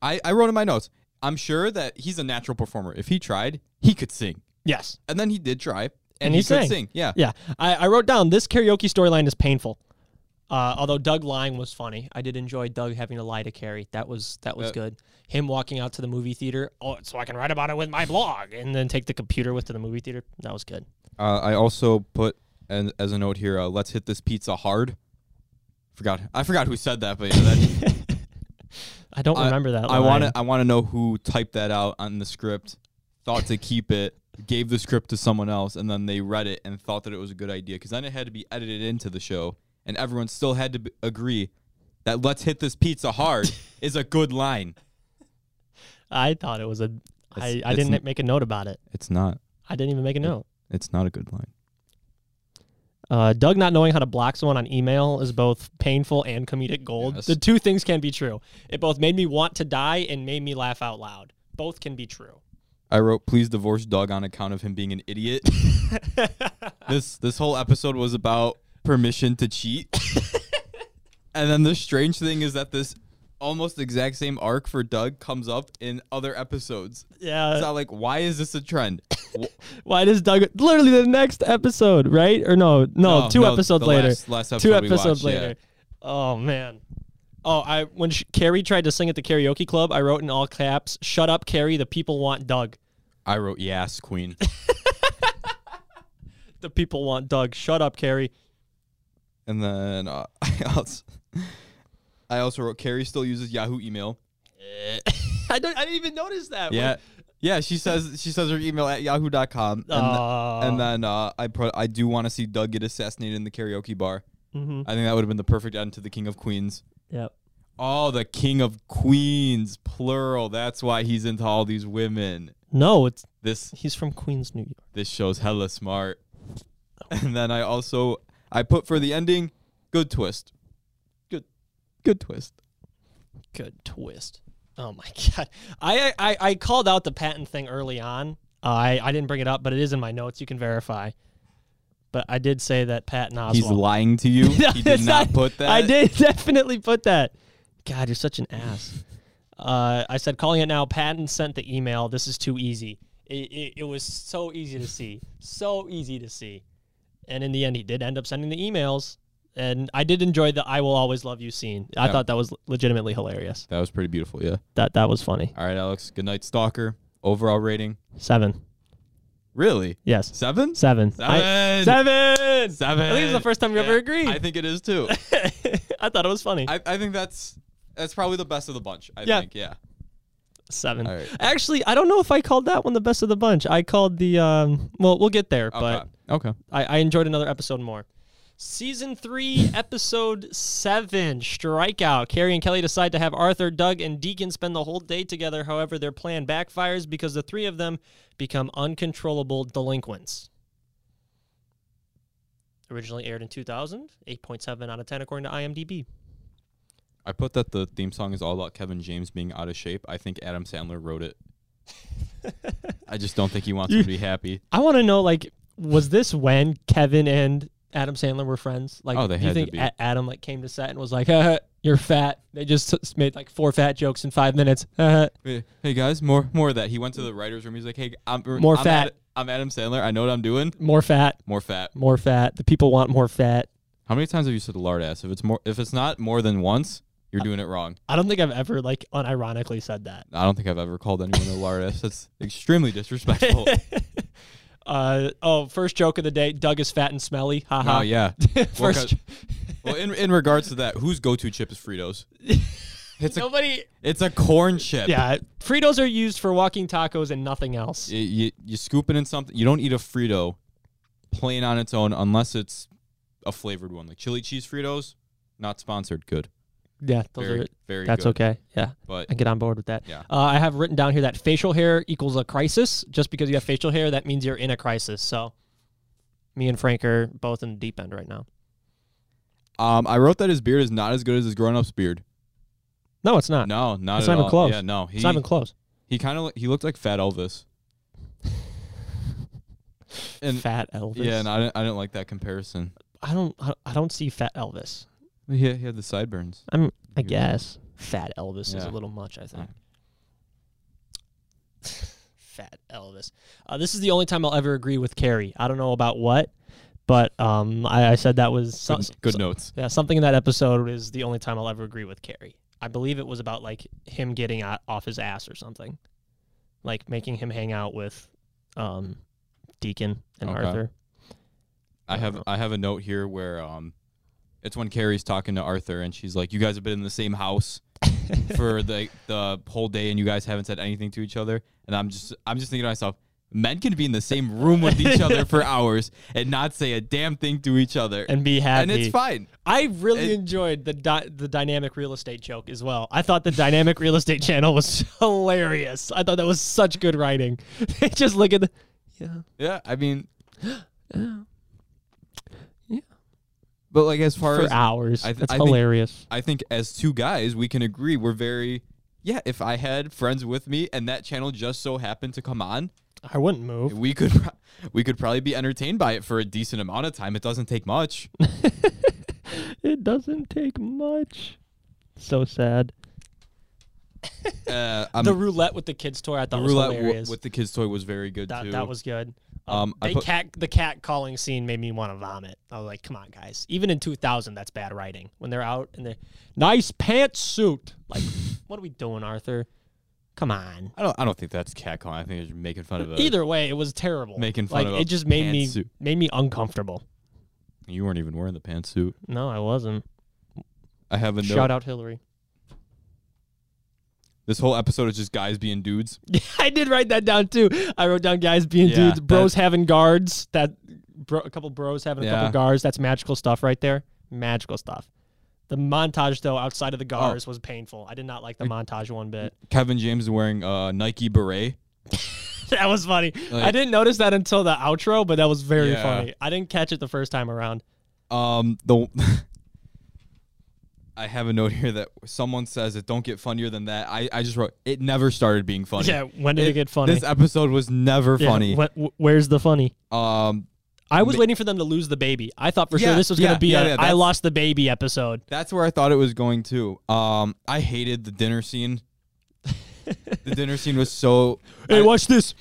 Speaker 1: I I wrote in my notes. I'm sure that he's a natural performer. If he tried, he could sing.
Speaker 2: Yes.
Speaker 1: And then he did try, and,
Speaker 2: And
Speaker 1: he,
Speaker 2: he
Speaker 1: could
Speaker 2: sang.
Speaker 1: sing. Yeah.
Speaker 2: Yeah, I, I wrote down this karaoke storyline is painful. Uh, although Doug lying was funny, I did enjoy Doug having to lie to Carrie. That was that was
Speaker 1: Yeah.
Speaker 2: good. Him walking out to the movie theater, oh, so I can write about it with my blog, and then take the computer with to the movie theater. That was good.
Speaker 1: Uh, I also put an, as a note here. Uh, Let's hit this pizza hard. Forgot I forgot who said that, but yeah, that,
Speaker 2: I don't
Speaker 1: I-
Speaker 2: remember that.
Speaker 1: I
Speaker 2: line.
Speaker 1: want to. I want to know who typed that out on the script. Thought to keep it. gave the script to someone else and then they read it and thought that it was a good idea because then it had to be edited into the show and everyone still had to b- agree that let's hit this pizza hard is a good line.
Speaker 2: I thought it was a. I,
Speaker 1: It's-
Speaker 2: I
Speaker 1: it's
Speaker 2: didn't
Speaker 1: n-
Speaker 2: make a note about it.
Speaker 1: It's not.
Speaker 2: I didn't even make a note.
Speaker 1: It's not a good line.
Speaker 2: Uh, Doug not knowing how to block someone on email is both painful and comedic gold.
Speaker 1: Yes.
Speaker 2: The two things can be true. It both made me want to die and made me laugh out loud. Both can be true.
Speaker 1: I wrote please divorce Doug on account of him being an idiot. this this whole episode was about permission to cheat. and then the strange thing is that this almost exact same arc for Doug comes up in other episodes.
Speaker 2: Yeah.
Speaker 1: It's not like why is this a trend? Wh-
Speaker 2: Why does Doug? Literally the next episode, right? Or no, no, two episodes
Speaker 1: um, the
Speaker 2: later.
Speaker 1: Last, last episode
Speaker 2: two
Speaker 1: we
Speaker 2: episodes
Speaker 1: watched, yeah.
Speaker 2: later. Oh man. Oh, I when sh- Carrie tried to sing at the karaoke club, I wrote in all caps, "Shut up, Carrie. The people want Doug.
Speaker 1: I wrote yes, Queen.
Speaker 2: The people want Doug. Shut up, Carrie."
Speaker 1: and then uh, I also I also wrote Carrie still uses Yahoo email.
Speaker 2: I don't. I didn't even notice that.
Speaker 1: Yeah.
Speaker 2: Like,
Speaker 1: Yeah, she says she says her email at yahoo.com and,
Speaker 2: Aw.
Speaker 1: and then uh, I put I do want to see Doug get assassinated in the karaoke bar.
Speaker 2: Mhm.
Speaker 1: I think that would have been the perfect end to the King of Queens.
Speaker 2: Yep.
Speaker 1: Oh, the King of Queens, plural. That's why he's into all these women.
Speaker 2: No, it's
Speaker 1: This
Speaker 2: he's from Queens, New York.
Speaker 1: this show's hella smart. And then I also I put for the ending, good twist. Good good twist.
Speaker 2: Good twist. Oh my god. I I, I called out the patent thing early on. Uh, I I didn't bring it up, but it is in my notes. You can verify. But I did say that Patton Oswalt.
Speaker 1: He's lying to you.
Speaker 2: No,
Speaker 1: he did
Speaker 2: it's
Speaker 1: not put that.
Speaker 2: I did definitely put that. God, you're such an ass. Uh, I said, calling it now. Patton sent the email. This is too easy. It, it, it was so easy to see. So easy to see. And in the end, he did end up sending the emails. And I did enjoy the I will always love you scene. I
Speaker 1: Yeah.
Speaker 2: thought that was legitimately hilarious.
Speaker 1: That was pretty beautiful, yeah.
Speaker 2: That that was funny.
Speaker 1: All right, Alex. Good night, Stalker. Overall rating.
Speaker 2: Seven.
Speaker 1: Really?
Speaker 2: Yes.
Speaker 1: Seven?
Speaker 2: Seven. I,
Speaker 1: Seven.
Speaker 2: seven.
Speaker 1: Seven.
Speaker 2: I think it's the first time you ever
Speaker 1: Yeah,
Speaker 2: agreed.
Speaker 1: I think it is too.
Speaker 2: I thought it was funny.
Speaker 1: I, I think that's that's probably the best of the bunch. I
Speaker 2: Yeah.
Speaker 1: think, yeah.
Speaker 2: Seven.
Speaker 1: All right.
Speaker 2: Actually, I don't know if I called that one the best of the bunch. I called the um. Well, we'll get there,
Speaker 1: Okay.
Speaker 2: but
Speaker 1: Okay.
Speaker 2: I, I enjoyed another episode more. Season three, episode seven, strikeout. Carrie and Kelly decide to have Arthur, Doug, and Deacon spend the whole day together. However, their plan backfires because the three of them become uncontrollable delinquents. Originally aired in 2000, 8.7 out of 10 according to IMDb.
Speaker 1: I put that the theme song is all about Kevin James being out of shape. I think Adam Sandler wrote it. I just don't think he wants him to be happy.
Speaker 2: I want to know, like, was this when Kevin and Adam Sandler were friends? Like,
Speaker 1: Oh, they
Speaker 2: do you
Speaker 1: had to
Speaker 2: think
Speaker 1: be.
Speaker 2: A- Adam like came to set and was like, "Uh, "You're fat." They just t- made like four fat jokes in five minutes. Uh,
Speaker 1: Hey hey, guys, more more of that. He went to the writers' room. He's like, "Hey, I'm
Speaker 2: More
Speaker 1: I'm
Speaker 2: fat.
Speaker 1: Ad- I'm Adam Sandler. I know what I'm doing.
Speaker 2: more fat,
Speaker 1: More fat.
Speaker 2: more fat. The people want more fat.
Speaker 1: How many times have you said lard ass? If it's more, if it's not more than once, you're doing it wrong.
Speaker 2: I don't think I've ever like unironically said that.
Speaker 1: I don't think I've ever called anyone a lard ass. That's extremely disrespectful.
Speaker 2: uh, oh, first joke of the day. Doug is fat and smelly. Ha ha.
Speaker 1: Oh yeah. Well, 'cause-
Speaker 2: first,
Speaker 1: well, in in regards to that, whose go-to chip is Fritos? It's a
Speaker 2: nobody.
Speaker 1: it's a corn chip.
Speaker 2: Yeah, Fritos are used for walking tacos and nothing else.
Speaker 1: You, you you scoop it in something. You don't eat a Frito plain on its own unless it's a flavored one, like chili cheese Fritos. Not sponsored. Good.
Speaker 2: Yeah, those
Speaker 1: Very
Speaker 2: are.
Speaker 1: very.
Speaker 2: That's
Speaker 1: good.
Speaker 2: okay. Yeah.
Speaker 1: But
Speaker 2: I get on board with that.
Speaker 1: Yeah.
Speaker 2: Uh, I have written down here that facial hair equals a crisis. Just because you have facial hair, that means you're in a crisis. So, me and Frank are both in the deep end right now.
Speaker 1: um, I wrote that his beard is not as good as his grown-up's beard.
Speaker 2: No, it's not.
Speaker 1: No, not
Speaker 2: It's
Speaker 1: at
Speaker 2: not even
Speaker 1: all.
Speaker 2: close.
Speaker 1: Yeah, no. He
Speaker 2: it's not even close.
Speaker 1: he kind of he looked like Fat Elvis. and
Speaker 2: fat Elvis.
Speaker 1: yeah, and I didn't, I didn't like that comparison.
Speaker 2: I don't. I- I don't see fat Elvis.
Speaker 1: Yeah, he had the sideburns.
Speaker 2: I'm. I
Speaker 1: You're-
Speaker 2: guess fat Elvis is
Speaker 1: Mm-hmm. Yeah.
Speaker 2: a little much. I think.
Speaker 1: Alright. Mm.
Speaker 2: fat Elvis. Uh, this is the only time I'll ever agree with Carrie. I don't know about what, but um, I, I said that was so-
Speaker 1: Good, good notes.
Speaker 2: Yeah, something in that episode is the only time I'll ever agree with Carrie. I believe it was about like him getting o- off his ass or something, like making him hang out with um, Deacon and
Speaker 1: Okay.
Speaker 2: Arthur.
Speaker 1: I
Speaker 2: don't
Speaker 1: have
Speaker 2: know.
Speaker 1: I have a note here where um, it's when Carrie's talking to Arthur and she's like, "You guys have been in the same house for the the whole day and you guys haven't said anything to each other." And I'm just I'm just thinking to myself, men can be in the same room with each other for hours and not say a damn thing to each other.
Speaker 2: and be happy.
Speaker 1: and it's fine.
Speaker 2: I really
Speaker 1: It-
Speaker 2: enjoyed the di- the dynamic real estate joke as well. I thought the dynamic real estate channel was hilarious. I thought that was such good writing. They just look at the yeah.
Speaker 1: Yeah, I mean,
Speaker 2: Yeah.
Speaker 1: But like as far
Speaker 2: for
Speaker 1: as
Speaker 2: hours.
Speaker 1: I th-
Speaker 2: That's
Speaker 1: I think-
Speaker 2: hilarious.
Speaker 1: I think as two guys, we can agree we're very yeah, if I had friends with me and that channel just so happened to come on,
Speaker 2: I wouldn't move.
Speaker 1: we could pro- we could probably be entertained by it for a decent amount of time. It doesn't take much.
Speaker 2: It doesn't take much. So sad.
Speaker 1: Uh, I'm,
Speaker 2: The roulette with the kids toy I thought
Speaker 1: the
Speaker 2: was
Speaker 1: roulette w-
Speaker 2: hilarious.
Speaker 1: with the kids toy was very good
Speaker 2: that
Speaker 1: too.
Speaker 2: that was good. Um,
Speaker 1: Um, I
Speaker 2: they
Speaker 1: put-
Speaker 2: cat the cat calling scene made me want to vomit. I was like, come on, guys. Even in 2000, that's bad writing. When they're out and they're nice pantsuit. Like, what are we doing, Arthur? Come on.
Speaker 1: I don't I don't think that's catcalling. I think they're just making fun of a,
Speaker 2: Either way, it was terrible.
Speaker 1: making fun
Speaker 2: like,
Speaker 1: of a
Speaker 2: it just made me
Speaker 1: pantsuit.
Speaker 2: made me uncomfortable.
Speaker 1: You weren't even wearing the pantsuit.
Speaker 2: No, I wasn't.
Speaker 1: I have a note.
Speaker 2: Shout out Hillary.
Speaker 1: This whole episode is just guys being dudes.
Speaker 2: I did write that down too. I wrote down guys being
Speaker 1: Yeah,
Speaker 2: dudes, bros having guards. That bro, a couple bros having a
Speaker 1: Yeah.
Speaker 2: couple guards. That's magical stuff right there. Magical stuff. The montage though outside of
Speaker 1: Oh.
Speaker 2: the guards was painful. I did not like the montage one bit.
Speaker 1: Kevin James is wearing a Nike beret.
Speaker 2: that was funny. I
Speaker 1: Like-
Speaker 2: didn't notice that until the outro, but that was very
Speaker 1: Yeah.
Speaker 2: funny. I didn't catch it the first time around.
Speaker 1: Um, the I have a note here that someone says it don't get funnier than that. I, I just wrote it never started being funny.
Speaker 2: Yeah, when did it, get funny?
Speaker 1: This episode was never
Speaker 2: Yeah,
Speaker 1: funny.
Speaker 2: wh- wh- where's the funny?
Speaker 1: um,
Speaker 2: I was waiting for them to lose the baby. I thought for sure
Speaker 1: Yeah,
Speaker 2: this was
Speaker 1: yeah,
Speaker 2: gonna be
Speaker 1: yeah,
Speaker 2: a I
Speaker 1: yeah, that's-
Speaker 2: lost the baby episode.
Speaker 1: that's where I thought it was going to. Um, I hated the dinner scene. the dinner scene was so.
Speaker 2: Hey,
Speaker 1: I-
Speaker 2: watch this.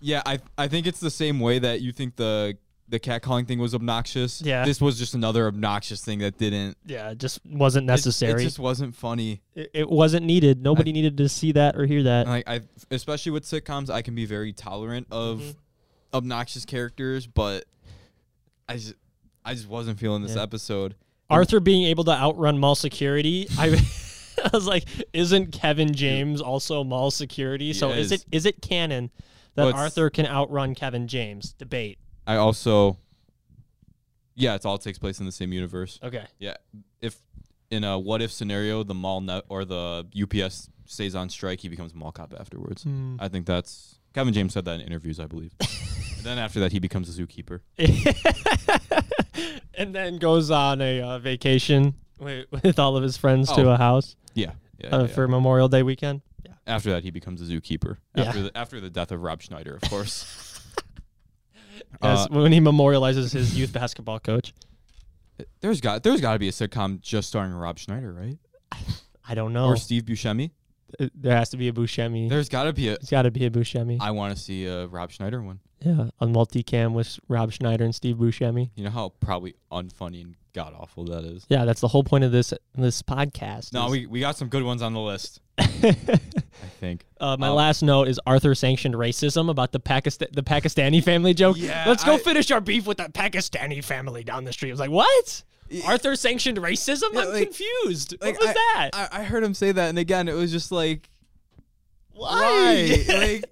Speaker 1: yeah, I I think it's the same way that you think the the catcalling thing was obnoxious.
Speaker 2: Yeah.
Speaker 1: this was just another obnoxious thing that didn't.
Speaker 2: Yeah, it just wasn't
Speaker 1: it-
Speaker 2: necessary.
Speaker 1: It, just wasn't funny.
Speaker 2: it, it wasn't needed. Nobody needed to see that or hear that.
Speaker 1: Like I, especially with sitcoms, I can be very tolerant of
Speaker 2: Mm-hmm.
Speaker 1: obnoxious characters, but I just, I just wasn't feeling this
Speaker 2: Yeah.
Speaker 1: episode.
Speaker 2: Arthur being able to outrun mall security, I, I was like, isn't Kevin James also mall security? So is
Speaker 1: Yes.
Speaker 2: it is it canon that
Speaker 1: Well, it's-
Speaker 2: Arthur can outrun Kevin James? Debate.
Speaker 1: I also, yeah, it's all takes place in the same universe.
Speaker 2: Okay.
Speaker 1: Yeah, if in a what if scenario, the mall net or the UPS stays on strike, he becomes a mall cop afterwards.
Speaker 2: Hmm.
Speaker 1: I think that's Kevin James said that in interviews, I believe. and then after that, he becomes a zookeeper.
Speaker 2: and then goes on a uh, vacation wi- with all of his friends to
Speaker 1: Oh.
Speaker 2: a house
Speaker 1: Yeah, yeah,
Speaker 2: uh,
Speaker 1: yeah, yeah.
Speaker 2: for Memorial Day weekend. Yeah.
Speaker 1: after that, he becomes a zookeeper.
Speaker 2: Yeah.
Speaker 1: After the, after the death of Rob Schneider, of course. Uh,
Speaker 2: As, when he memorializes his youth basketball coach.
Speaker 1: There's got there's got to be a sitcom just starring Rob Schneider, right?
Speaker 2: I don't know.
Speaker 1: Or Steve Buscemi.
Speaker 2: It- there has to be a Buscemi.
Speaker 1: There's got to be a.
Speaker 2: it's got to be a Buscemi.
Speaker 1: I want to see a Rob Schneider one.
Speaker 2: Yeah, on multicam with Rob Schneider and Steve Buscemi.
Speaker 1: You know how probably unfunny and god awful that is.
Speaker 2: Yeah, that's the whole point of this this podcast.
Speaker 1: No,
Speaker 2: is-
Speaker 1: we, we got some good ones on the list. I think.
Speaker 2: uh, my
Speaker 1: um,
Speaker 2: last note is Arthur sanctioned racism about the Pakistan the Pakistani family joke.
Speaker 1: Yeah,
Speaker 2: let's go
Speaker 1: I-
Speaker 2: finish our beef with that Pakistani family down the street. I was like, what? Arthur sanctioned racism?
Speaker 1: Yeah,
Speaker 2: I'm
Speaker 1: like-
Speaker 2: confused.
Speaker 1: Like,
Speaker 2: what was
Speaker 1: I,
Speaker 2: that?
Speaker 1: I, I heard him say that, and again, it was just like,
Speaker 2: Why?
Speaker 1: why? like,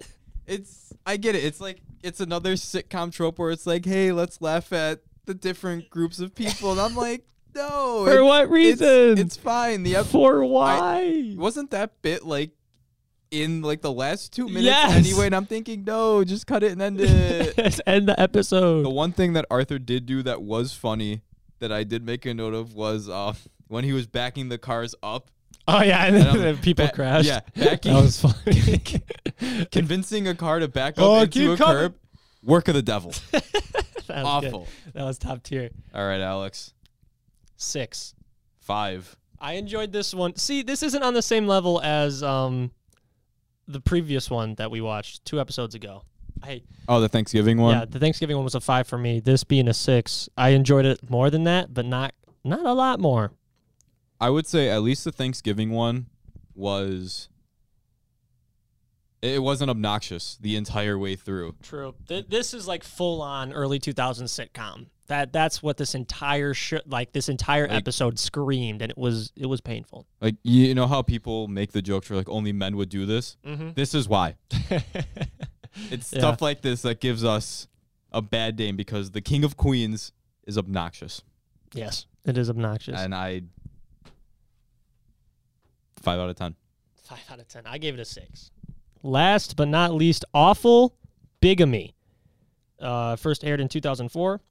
Speaker 1: it's. I get it. It's like it's another sitcom trope where it's like, hey, let's laugh at the different groups of people, and I'm like, no.
Speaker 2: For
Speaker 1: it-
Speaker 2: what
Speaker 1: it's-
Speaker 2: reason?
Speaker 1: It's, fine. The ep-
Speaker 2: For why?
Speaker 1: wasn't that bit like in like the last two minutes
Speaker 2: Yes.
Speaker 1: anyway and i'm thinking no just cut it and end it
Speaker 2: Let's end the episode.
Speaker 1: the one thing that arthur did do that was funny that i did make a note of was uh, when he was backing the cars up
Speaker 2: oh yeah, and
Speaker 1: I'm
Speaker 2: then the
Speaker 1: like,
Speaker 2: people
Speaker 1: ba-
Speaker 2: crashed.
Speaker 1: yeah,
Speaker 2: that
Speaker 1: backing-
Speaker 2: was funny.
Speaker 1: convincing a car to back up
Speaker 2: Oh, keep
Speaker 1: into a
Speaker 2: coming.
Speaker 1: curb work of the devil
Speaker 2: That was good.
Speaker 1: awful
Speaker 2: That was top tier.
Speaker 1: all right alex
Speaker 2: Six.
Speaker 1: five
Speaker 2: I enjoyed this one. See, this isn't on the same level as um, the previous one that we watched two episodes ago. I
Speaker 1: oh the thanksgiving one
Speaker 2: yeah, the Thanksgiving one was a five for me. This being a six, I enjoyed it more than that, but not not a lot more.
Speaker 1: I would say at least the Thanksgiving one was it wasn't obnoxious the entire way through.
Speaker 2: True. Th- this is like full on early 2000s sitcom. That that's what this entire sh- like this entire
Speaker 1: Like-
Speaker 2: episode screamed, and it was it was painful.
Speaker 1: Like you know how people make the jokes for like only men would do this?
Speaker 2: Mm-hmm.
Speaker 1: This is why. It's
Speaker 2: Yeah.
Speaker 1: stuff like this that gives us a bad name because the King of Queens is obnoxious,
Speaker 2: Yes, it is obnoxious.
Speaker 1: and I five out of ten.
Speaker 2: Five out of ten. I gave it a six. Last but not least, awful bigamy. Uh, first aired in 2004,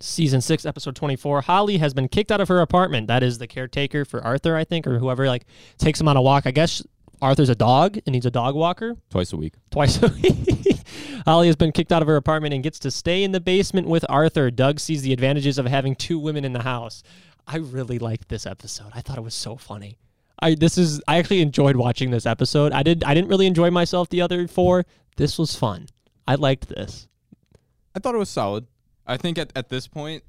Speaker 2: season six, episode 24. Holly has been kicked out of her apartment. That is the caretaker for Arthur, I think, or whoever like takes him on a walk. I guess Arthur's a dog and needs a dog walker
Speaker 1: Twice a week.
Speaker 2: twice a week. Holly has been kicked out of her apartment and gets to stay in the basement with Arthur. Doug sees the advantages of having two women in the house. I really liked this episode. I thought it was so funny. I this is I actually enjoyed watching this episode. I did I didn't really enjoy myself the other four. This was fun. I liked this.
Speaker 1: I thought it was solid. I think at, at this point,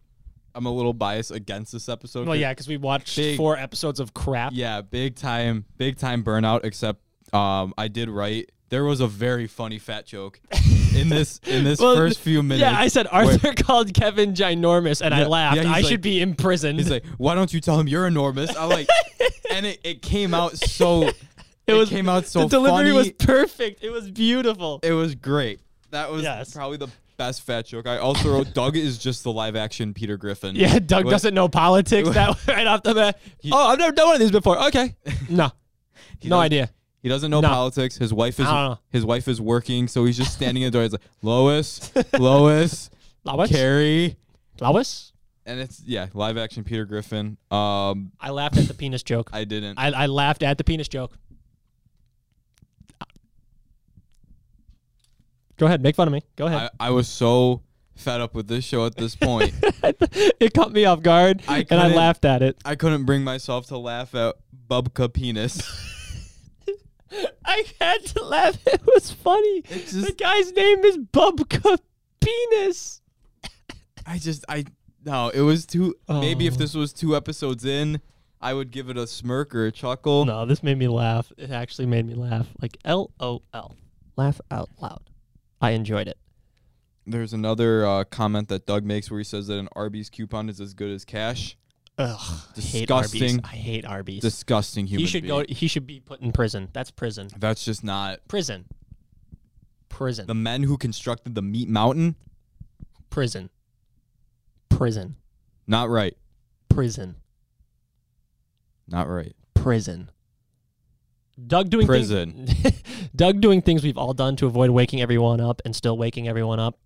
Speaker 1: I'm a little biased against this episode.
Speaker 2: Well, yeah, because we watched
Speaker 1: Big-
Speaker 2: four episodes of crap.
Speaker 1: Yeah, big time, big time burnout. Except, um, I did right. There was a very funny fat joke in this in this
Speaker 2: Well,
Speaker 1: first few minutes.
Speaker 2: Yeah, I said
Speaker 1: where
Speaker 2: Arthur called Kevin ginormous, and I
Speaker 1: Yeah,
Speaker 2: laughed.
Speaker 1: yeah,
Speaker 2: I
Speaker 1: he's
Speaker 2: should
Speaker 1: like-
Speaker 2: be imprisoned.
Speaker 1: He's like, "Why don't you tell him you're enormous?" I'm like, and it, it came out so. It, came out so
Speaker 2: the delivery
Speaker 1: funny.
Speaker 2: was perfect. It was beautiful.
Speaker 1: it was great. That was
Speaker 2: Yes.
Speaker 1: probably the best fat joke. I also wrote, "Doug is just the live action Peter Griffin."
Speaker 2: Yeah, Doug
Speaker 1: What-
Speaker 2: doesn't know politics that right off the bat. oh, I've never done one of these before. Okay, no,
Speaker 1: He
Speaker 2: no
Speaker 1: does-
Speaker 2: idea.
Speaker 1: He doesn't know
Speaker 2: No.
Speaker 1: politics. His wife is
Speaker 2: I don't know.
Speaker 1: his wife is working, so he's just standing in the door. He's like, "Lois, Lois,
Speaker 2: Lois,
Speaker 1: Carrie,"
Speaker 2: Lois.
Speaker 1: and it's yeah, live action Peter Griffin. Um,
Speaker 2: I laughed at the penis joke. I,
Speaker 1: I didn't.
Speaker 2: I, laughed at the penis joke. Go ahead, make fun of me. Go ahead.
Speaker 1: I, I was so fed up with this show at this point.
Speaker 2: it caught me off guard,
Speaker 1: I
Speaker 2: and I
Speaker 1: couldn't-
Speaker 2: laughed at it.
Speaker 1: I couldn't bring myself to laugh at Bubka penis.
Speaker 2: I had to laugh. It was funny. the
Speaker 1: just-
Speaker 2: guy's name is Bubka Penis.
Speaker 1: I just I no, it was too. Maybe
Speaker 2: Oh.
Speaker 1: if this was two episodes in, I would give it a smirk or a chuckle.
Speaker 2: No, this made me laugh. It actually made me laugh. Like L O L. Laugh out loud. I enjoyed it.
Speaker 1: There's another uh, comment that Doug makes where he says that an Arby's coupon is as good as cash.
Speaker 2: Ugh. I hate Arby's.
Speaker 1: Disgusting.
Speaker 2: I hate Arby's.
Speaker 1: Disgusting human.
Speaker 2: he should
Speaker 1: being.
Speaker 2: go he should be put in prison. That's prison.
Speaker 1: That's just not
Speaker 2: Prison. Prison.
Speaker 1: the men who constructed the meat mountain.
Speaker 2: prison. Prison.
Speaker 1: Not right.
Speaker 2: Prison.
Speaker 1: Not right.
Speaker 2: Prison. Doug doing things-
Speaker 1: Prison.
Speaker 2: Doug doing things we've all done to avoid waking everyone up and still waking everyone up.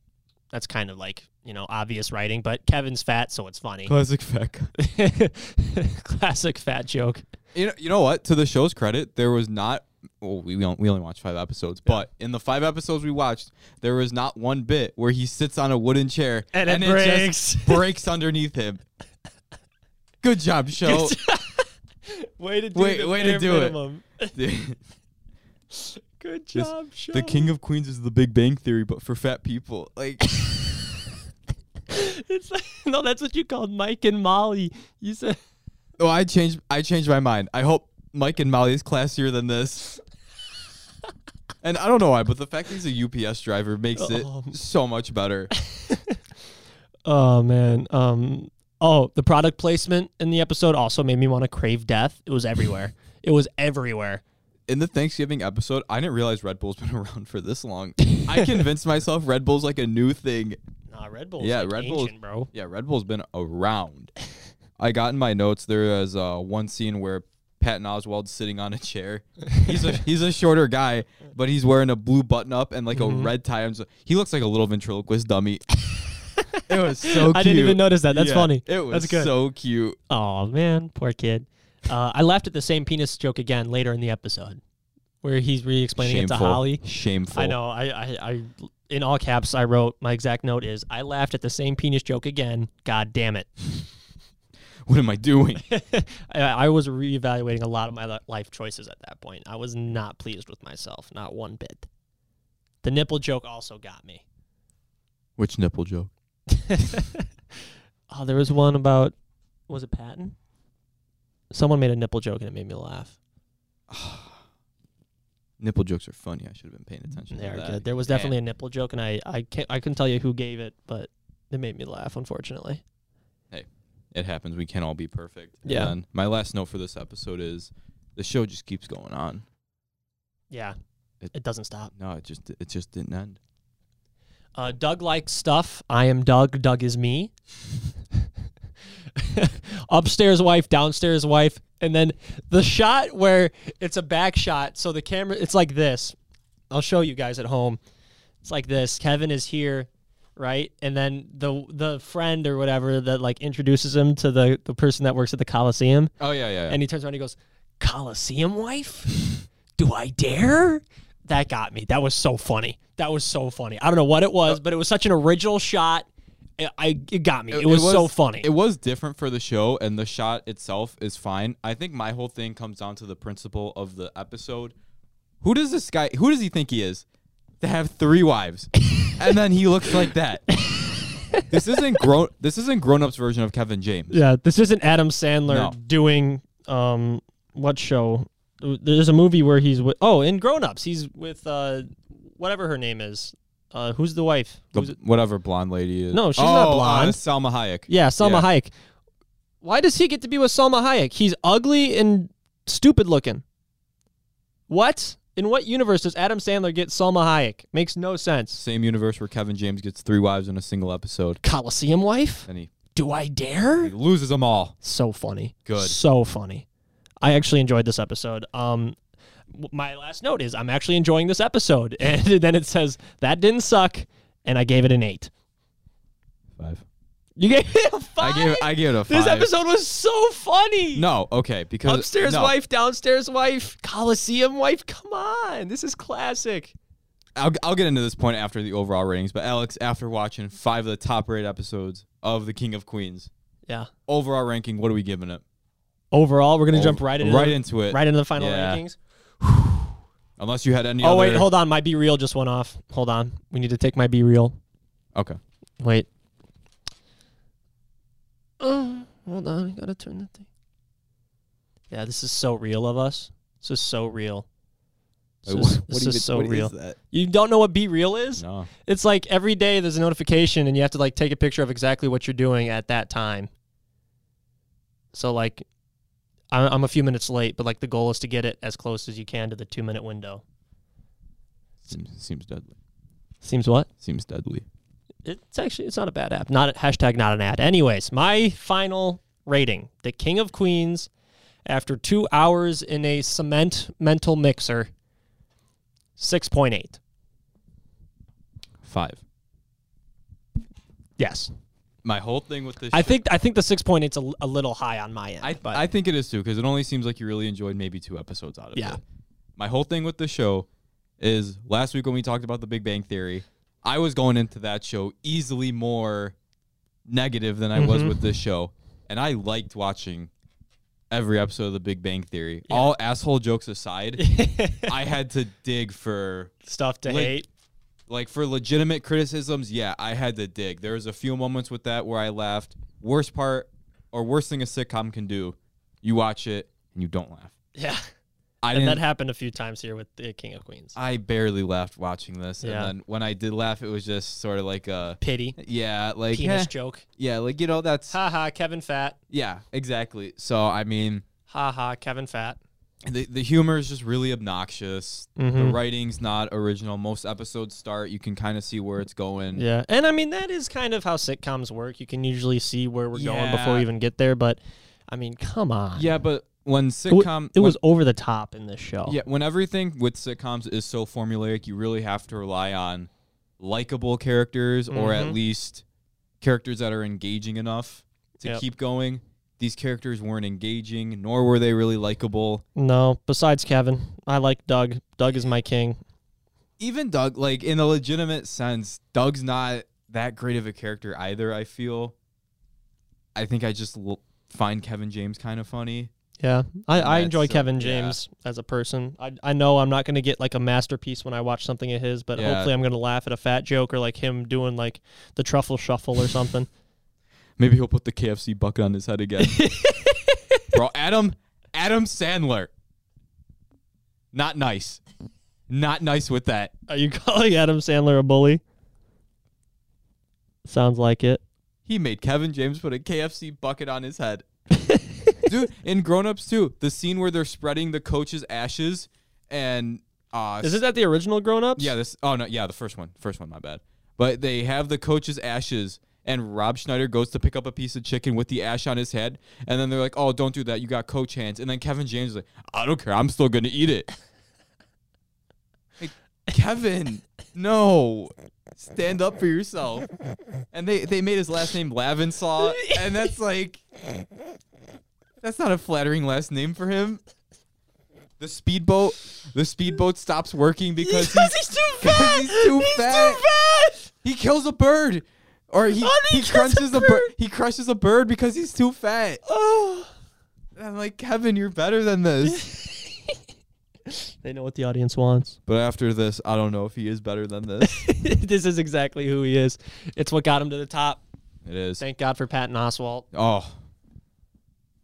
Speaker 2: That's kind of like, you know, obvious writing, but Kevin's fat, so it's funny.
Speaker 1: Classic feck.
Speaker 2: Classic fat joke.
Speaker 1: You know, you know what? To the show's credit, there was not. Well, we don't, we only watched five episodes, but in the five episodes we watched, there was not one bit where he sits on a wooden chair
Speaker 2: And it
Speaker 1: just breaks underneath him. Good job, show.
Speaker 2: Way to do
Speaker 1: Wait- the way to bare do it.
Speaker 2: it. Good job, show.
Speaker 1: the King of Queens is the Big Bang Theory, but for fat people. Like,
Speaker 2: It's like, no, that's what you called Mike and Molly. You said
Speaker 1: oh, I changed. I changed my mind. I hope Mike and Molly is classier than this. And I don't know why, but the fact that he's a UPS driver makes it
Speaker 2: Oh.
Speaker 1: so much better.
Speaker 2: Oh man. Um oh, the product placement in the episode also made me want to crave death. It was everywhere. it was everywhere.
Speaker 1: in the Thanksgiving episode, I didn't realize Red Bull's been around for this long. I convinced myself Red Bull's like a new thing.
Speaker 2: Nah, Red Bull's
Speaker 1: Yeah,
Speaker 2: like
Speaker 1: Red Bull's-
Speaker 2: ancient, bro.
Speaker 1: Yeah, Red Bull's been around. I got in my notes there is uh, one scene where Patton Oswald's sitting on a chair. He's a he's a shorter guy, but he's wearing a blue button up and like a red tie. I'm so- he looks like a little ventriloquist dummy. it was so.
Speaker 2: I didn't even
Speaker 1: cute.
Speaker 2: notice that. That's
Speaker 1: Yeah,
Speaker 2: funny.
Speaker 1: It was
Speaker 2: That's good.
Speaker 1: so cute.
Speaker 2: Oh man, poor kid. Uh, I laughed at the same penis joke again later in the episode, where he's re-explaining it to Holly.
Speaker 1: Shameful.
Speaker 2: I know. I, I, I, in all caps, I wrote my exact note is I laughed at the same penis joke again. God damn it!
Speaker 1: What am I doing?
Speaker 2: I, I was reevaluating a lot of my li- life choices at that point. I was not pleased with myself, not one bit. The nipple joke also got me.
Speaker 1: Which nipple joke?
Speaker 2: Oh, there was one about was it Patton? Someone made a nipple joke and it made me laugh.
Speaker 1: Nipple jokes are funny. I should have been paying attention.
Speaker 2: There,
Speaker 1: to that.
Speaker 2: good. there was
Speaker 1: Damn.
Speaker 2: definitely a nipple joke, and I I can't I couldn't tell you who gave it, but it made me laugh. Unfortunately,
Speaker 1: it happens. We can't all be perfect. And
Speaker 2: Yeah.
Speaker 1: then my last note for this episode is the show just keeps going on.
Speaker 2: yeah, It doesn't stop.
Speaker 1: No, it just it just didn't end.
Speaker 2: Uh, Doug likes stuff. I am Doug. Doug is me. Upstairs wife, downstairs wife, and then the shot where it's a back shot. So the camera, it's like this. I'll show you guys at home. It's like this. Kevin is here, right? And then the the friend or whatever that like introduces him to the the person that works at the Coliseum,
Speaker 1: Oh yeah, yeah. yeah.
Speaker 2: and he turns around and he goes, "Coliseum wife, do I dare?" That got me. That was so funny. That was so funny. I don't know what it was, but it was such an original shot. It, I it got me. It, was, so funny.
Speaker 1: It was different for the show, and the shot itself is fine. I think my whole thing comes down to the principle of the episode. Who does this guy? Who does he think he is? To have three wives, and then he looks like that. this isn't grown. This isn't grown ups version of Kevin James.
Speaker 2: yeah, this isn't Adam Sandler
Speaker 1: No.
Speaker 2: doing um what show? There's a movie where he's with oh in Grown Ups he's with uh whatever her name is. Uh, who's the wife?
Speaker 1: The-
Speaker 2: Who's it?
Speaker 1: whatever blonde lady is.
Speaker 2: No, she's not
Speaker 1: Oh, uh,
Speaker 2: blonde.
Speaker 1: Salma Hayek.
Speaker 2: Yeah, Selma
Speaker 1: Yeah.
Speaker 2: Hayek. Why does he get to be with Selma Hayek? He's ugly and stupid looking. What? In what universe does Adam Sandler get Selma Hayek? Makes no sense.
Speaker 1: Same universe where Kevin James gets three wives in a single episode,
Speaker 2: Coliseum wife?
Speaker 1: and he,
Speaker 2: Do I
Speaker 1: he
Speaker 2: dare?
Speaker 1: loses them all.
Speaker 2: So funny.
Speaker 1: Good.
Speaker 2: So funny. I actually enjoyed this episode. Um w- my last note is I'm actually enjoying this episode. And then it says that didn't suck and I gave it an 8.
Speaker 1: Five.
Speaker 2: You gave it a 5.
Speaker 1: I gave. I gave it a five.
Speaker 2: this episode was so funny.
Speaker 1: No, okay, because
Speaker 2: Upstairs
Speaker 1: no,
Speaker 2: wife, downstairs wife, Coliseum wife. Come on, this is classic.
Speaker 1: I'll, I'll get into this point after the overall ratings, but Alex, after watching five of the top rated episodes of The King of Queens,
Speaker 2: Yeah.
Speaker 1: overall ranking, what are we giving it?
Speaker 2: Overall, we're gonna jump right into
Speaker 1: right into it.
Speaker 2: right into the final
Speaker 1: Yeah.
Speaker 2: rankings.
Speaker 1: Unless you had any.
Speaker 2: Oh wait,
Speaker 1: other-
Speaker 2: hold on. My B reel just went off. Hold on. We need to take my B reel.
Speaker 1: Okay.
Speaker 2: Wait. Oh, hold on. I gotta turn that thing. Yeah, this is so real of us. This is so real. This
Speaker 1: Wait,
Speaker 2: is,
Speaker 1: what-
Speaker 2: this
Speaker 1: what
Speaker 2: is
Speaker 1: even-
Speaker 2: so
Speaker 1: what is
Speaker 2: real.
Speaker 1: that?
Speaker 2: You don't know what B reel is?
Speaker 1: No.
Speaker 2: It's like every day there's a notification and you have to like take a picture of exactly what you're doing at that time. So like I- I'm a few minutes late, but like the goal is to get it as close as you can to the two minute window.
Speaker 1: Seems, seems deadly.
Speaker 2: Seems what?
Speaker 1: Seems deadly.
Speaker 2: It's actually it's not a bad app. Not hashtag not an ad. Anyways, my final rating: The King of Queens. After two hours in a cement mental mixer, six point eight.
Speaker 1: Five.
Speaker 2: Yes,
Speaker 1: My whole thing with this.
Speaker 2: I
Speaker 1: shit-
Speaker 2: think I think the six point eight's a, l- a little high on my end.
Speaker 1: I,
Speaker 2: but
Speaker 1: I think it is too because it only seems like you really enjoyed maybe two episodes out of
Speaker 2: Yeah.
Speaker 1: it. My whole thing with the show is last week when we talked about the Big Bang Theory, I was going into that show easily more negative than I was
Speaker 2: Mhm.
Speaker 1: with this show, and I liked watching every episode of the Big Bang Theory. All asshole jokes aside, I had to dig for
Speaker 2: stuff to
Speaker 1: Like-
Speaker 2: hate.
Speaker 1: like for legitimate criticisms, yeah, I had to dig. There was a few moments with that where I laughed. Worst part or worst thing a sitcom can do, you watch it and you don't laugh.
Speaker 2: Yeah,
Speaker 1: I
Speaker 2: and that
Speaker 1: didn't.
Speaker 2: happened a few times here with the King of Queens.
Speaker 1: I barely laughed watching this,
Speaker 2: Yeah.
Speaker 1: and then when I did laugh, it was just sort of like a
Speaker 2: Pity
Speaker 1: yeah, like
Speaker 2: penis
Speaker 1: eh,
Speaker 2: joke.
Speaker 1: yeah, like you know that's
Speaker 2: Ha ha. Kevin Fat.
Speaker 1: yeah, exactly. So I mean,
Speaker 2: Ha ha. Kevin Fat.
Speaker 1: the the humor is just really obnoxious. The
Speaker 2: Mhm.
Speaker 1: writing's not original. Most episodes start, you can kind of see where it's going.
Speaker 2: Yeah, and I mean that is kind of how sitcoms work. You can usually see where we're going before we
Speaker 1: Yeah.
Speaker 2: even get there. But I mean, come on.
Speaker 1: Yeah, but when
Speaker 2: it, wa-
Speaker 1: sitcom
Speaker 2: it
Speaker 1: when-
Speaker 2: was over the top in this show.
Speaker 1: Yeah, when everything with sitcoms is so formulaic, you really have to rely on likable characters or at
Speaker 2: Mhm.
Speaker 1: least characters that are engaging enough to
Speaker 2: Yep.
Speaker 1: keep going. These characters weren't engaging, nor were they really likable.
Speaker 2: No, besides Kevin, I like Doug. Doug is my king.
Speaker 1: Even Doug, like in a legitimate sense, Doug's not that great of a character either, I feel. I think I just l- find Kevin James kind of funny.
Speaker 2: Yeah, I, I
Speaker 1: That's,
Speaker 2: enjoy
Speaker 1: uh,
Speaker 2: Kevin
Speaker 1: yeah.
Speaker 2: James as a person. I, I know I'm not going to get like a masterpiece when I watch something of his, but
Speaker 1: Yeah.
Speaker 2: hopefully I'm going to laugh at a fat joke or like him doing like the truffle shuffle or something.
Speaker 1: Maybe he'll put the KFC bucket on his head again. Bro, Adam Adam Sandler. Not nice. Not nice with that.
Speaker 2: Are you calling Adam Sandler a bully? Sounds like it.
Speaker 1: He made Kevin James put a KFC bucket on his head. Dude, in Grown Ups too, the scene where they're spreading the coach's ashes and Uh,
Speaker 2: Isn't that the original Grown Ups?
Speaker 1: Yeah, this. Oh no, yeah, the first one, first one, my bad. But they have the coach's ashes, and Rob Schneider goes to pick up a piece of chicken with the ash on his head, and then they're like, "Oh, don't do that. You got coach hands." And then Kevin James is like, "I don't care. I'm still gonna eat it." Like, Kevin, no, stand up for yourself. And they they made his last name Lavinsaw, and that's like, that's not a flattering last name for him. The speedboat, the speedboat stops working because he's
Speaker 2: too
Speaker 1: fat. he's too He's too fat. He kills a bird, or he,
Speaker 2: Oh,
Speaker 1: he,
Speaker 2: he kills a
Speaker 1: crunches a bird.
Speaker 2: bird.
Speaker 1: He crushes a bird because he's too fat.
Speaker 2: Oh.
Speaker 1: And I'm like, Kevin, you're better than this.
Speaker 2: They know what the audience wants.
Speaker 1: but after this, I don't know if he is better than this.
Speaker 2: this is exactly who he is. It's what got him to the top.
Speaker 1: it is.
Speaker 2: Thank God for Patton Oswalt.
Speaker 1: oh,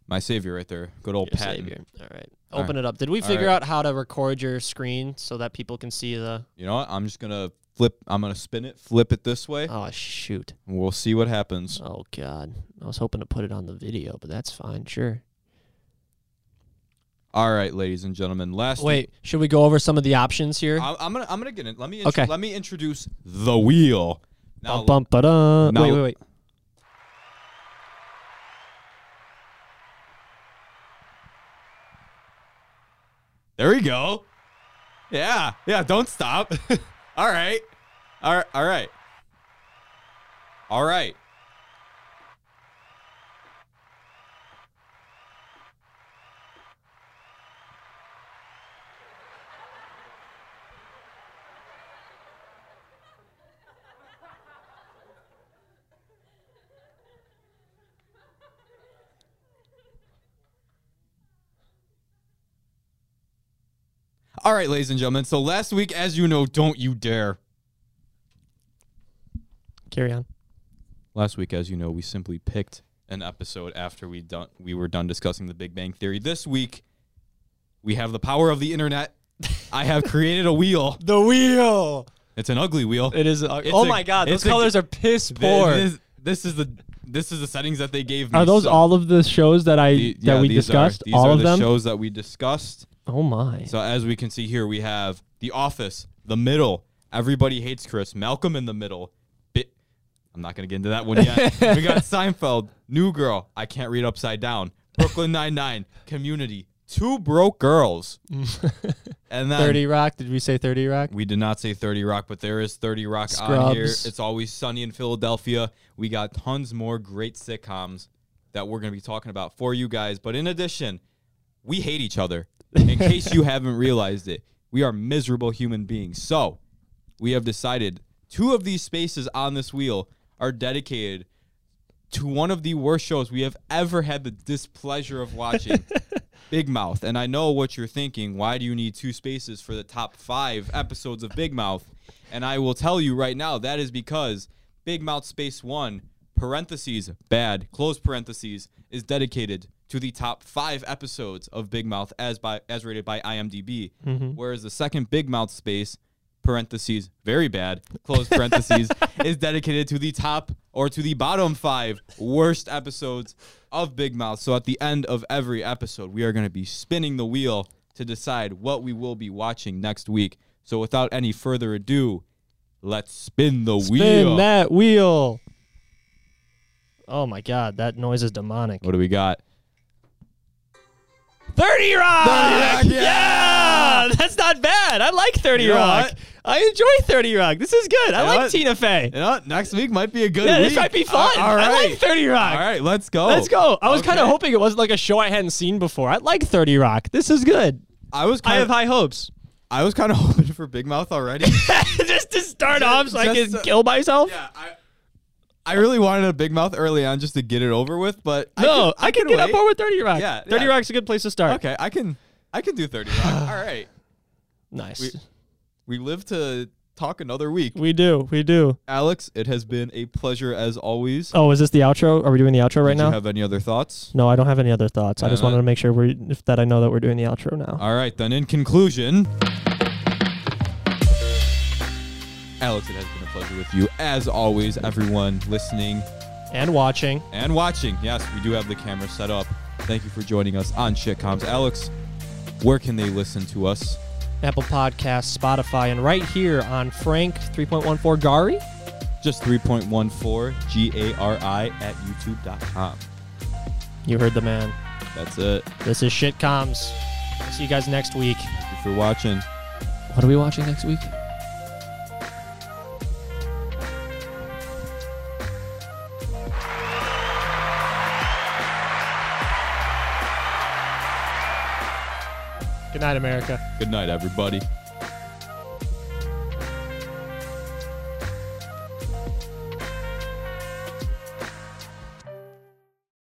Speaker 1: my savior right there, good old
Speaker 2: Your
Speaker 1: Patton.
Speaker 2: savior. All right.
Speaker 1: All
Speaker 2: Open it up. Did we
Speaker 1: All
Speaker 2: figure
Speaker 1: right.
Speaker 2: out how to record your screen so that people can see the
Speaker 1: You know what? I'm just gonna flip. I'm gonna spin it, flip it this way,
Speaker 2: Oh shoot.
Speaker 1: and we'll see what happens.
Speaker 2: Oh god. I was hoping to put it on the video, but that's fine, sure.
Speaker 1: All right, ladies and gentlemen. Last
Speaker 2: Wait, should we go over some of the options here?
Speaker 1: I, I'm gonna I'm gonna get it. Let me intro-
Speaker 2: Okay.
Speaker 1: let me introduce the wheel. Now,
Speaker 2: Bum, bum, ba-dum.
Speaker 1: now-
Speaker 2: wait, wait, wait.
Speaker 1: There we go. Yeah, yeah. Don't stop. all right, all right, all right, all right. All right, ladies and gentlemen. So last week, as you know, don't you dare.
Speaker 2: Carry on.
Speaker 1: Last week, as you know, we simply picked an episode after we done we were done discussing the Big Bang Theory. This week, we have the power of the internet. I have created a wheel.
Speaker 2: The wheel.
Speaker 1: It's an ugly wheel.
Speaker 2: It is. Uh,
Speaker 1: It's
Speaker 2: oh
Speaker 1: a-
Speaker 2: my god, those
Speaker 1: it's a-
Speaker 2: colors are piss
Speaker 1: Th-
Speaker 2: poor.
Speaker 1: This, this is the this is the settings that they gave me.
Speaker 2: are those
Speaker 1: so-
Speaker 2: all of the shows that I
Speaker 1: The-
Speaker 2: that
Speaker 1: yeah,
Speaker 2: we
Speaker 1: these are-
Speaker 2: discussed?
Speaker 1: these
Speaker 2: all
Speaker 1: are
Speaker 2: of
Speaker 1: the
Speaker 2: them.
Speaker 1: shows that we discussed.
Speaker 2: oh my.
Speaker 1: So as we can see here, we have The Office, The Middle, Everybody Hates Chris, Malcolm in the Middle. Bit. I'm not gonna get into that one yet. we got Seinfeld, New Girl, I Can't Read Upside Down, Brooklyn Nine Nine, Community, Two Broke Girls, and then
Speaker 2: Thirty Rock. Did we say Thirty Rock?
Speaker 1: we did not say 30 Rock, but there is 30 Rock on here.
Speaker 2: Scrubs.
Speaker 1: It's always sunny in Philadelphia. We got tons more great sitcoms that we're going to be talking about for you guys. But in addition, we hate each other. In case you haven't realized it, we are miserable human beings. So we have decided two of these spaces on this wheel are dedicated to one of the worst shows we have ever had the displeasure of watching. Big Mouth. And I know what you're thinking. Why do you need two spaces for the top five episodes of Big Mouth? And I will tell you right now that is because Big Mouth Space One, parentheses, bad, close parentheses, is dedicated to the top five episodes of Big Mouth as by as rated by IMDb. Whereas the second Big Mouth space, parentheses, very bad, close parentheses, is dedicated to the top or to the bottom five worst episodes of Big Mouth. So at the end of every episode, we are going to be spinning the wheel to decide what we will be watching next week. So without any further ado, let's spin the
Speaker 2: Spin
Speaker 1: wheel.
Speaker 2: that wheel. Oh my god, that noise is demonic.
Speaker 1: what do we got?
Speaker 2: Thirty Rock.
Speaker 1: 30 Rock,
Speaker 2: yeah! that's not bad. I like Thirty
Speaker 1: You know
Speaker 2: Rock.
Speaker 1: what?
Speaker 2: I enjoy Thirty Rock. This is good. I
Speaker 1: You know
Speaker 2: like
Speaker 1: what?
Speaker 2: Tina Fey.
Speaker 1: You know, next week might be a good
Speaker 2: Yeah,
Speaker 1: week.
Speaker 2: this might be fun.
Speaker 1: Uh, all right.
Speaker 2: I like Thirty Rock.
Speaker 1: all right, let's go.
Speaker 2: Let's go. I was kind of
Speaker 1: Okay.
Speaker 2: hoping it wasn't like a show I hadn't seen before. I like 30 Rock. This is good.
Speaker 1: I was
Speaker 2: I
Speaker 1: kind
Speaker 2: have
Speaker 1: of
Speaker 2: high hopes.
Speaker 1: I was kind of hoping for Big Mouth already.
Speaker 2: just to start off so I
Speaker 1: just
Speaker 2: can
Speaker 1: so-
Speaker 2: kill myself.
Speaker 1: Yeah, I I really wanted a Big Mouth early on just to get it over with, but
Speaker 2: No, I, can, get on
Speaker 1: wait.
Speaker 2: board with 30 Rock.
Speaker 1: Yeah,
Speaker 2: 30
Speaker 1: yeah.
Speaker 2: Rock's a good place to start.
Speaker 1: Okay, I can I can do 30 Rock. All right.
Speaker 2: Nice. We,
Speaker 1: We- We live to talk another week.
Speaker 2: do. We do.
Speaker 1: Alex, it has been a pleasure as always.
Speaker 2: Oh, is this the outro? Are we doing the outro right
Speaker 1: Do you
Speaker 2: now?
Speaker 1: have any other thoughts?
Speaker 2: no, I don't have any other thoughts. I
Speaker 1: Uh,
Speaker 2: just wanted to make sure we if that I know that we're doing the outro now.
Speaker 1: All right, then in conclusion, Alex, it has been a pleasure with you as always, everyone listening.
Speaker 2: and watching.
Speaker 1: and watching. Yes, we do have the camera set up. Thank you for joining us on Shitcoms. Alex, where can they listen to us?
Speaker 2: Apple Podcasts, Spotify, and right here on Frank 3.14 Gari.
Speaker 1: Just 3.14 G A R I at youtube.com.
Speaker 2: You heard the man.
Speaker 1: That's it.
Speaker 2: This is Shit Comms. See you guys next week.
Speaker 1: Thank you for watching.
Speaker 2: What are we watching next week? Good night, America.
Speaker 1: Good night, everybody.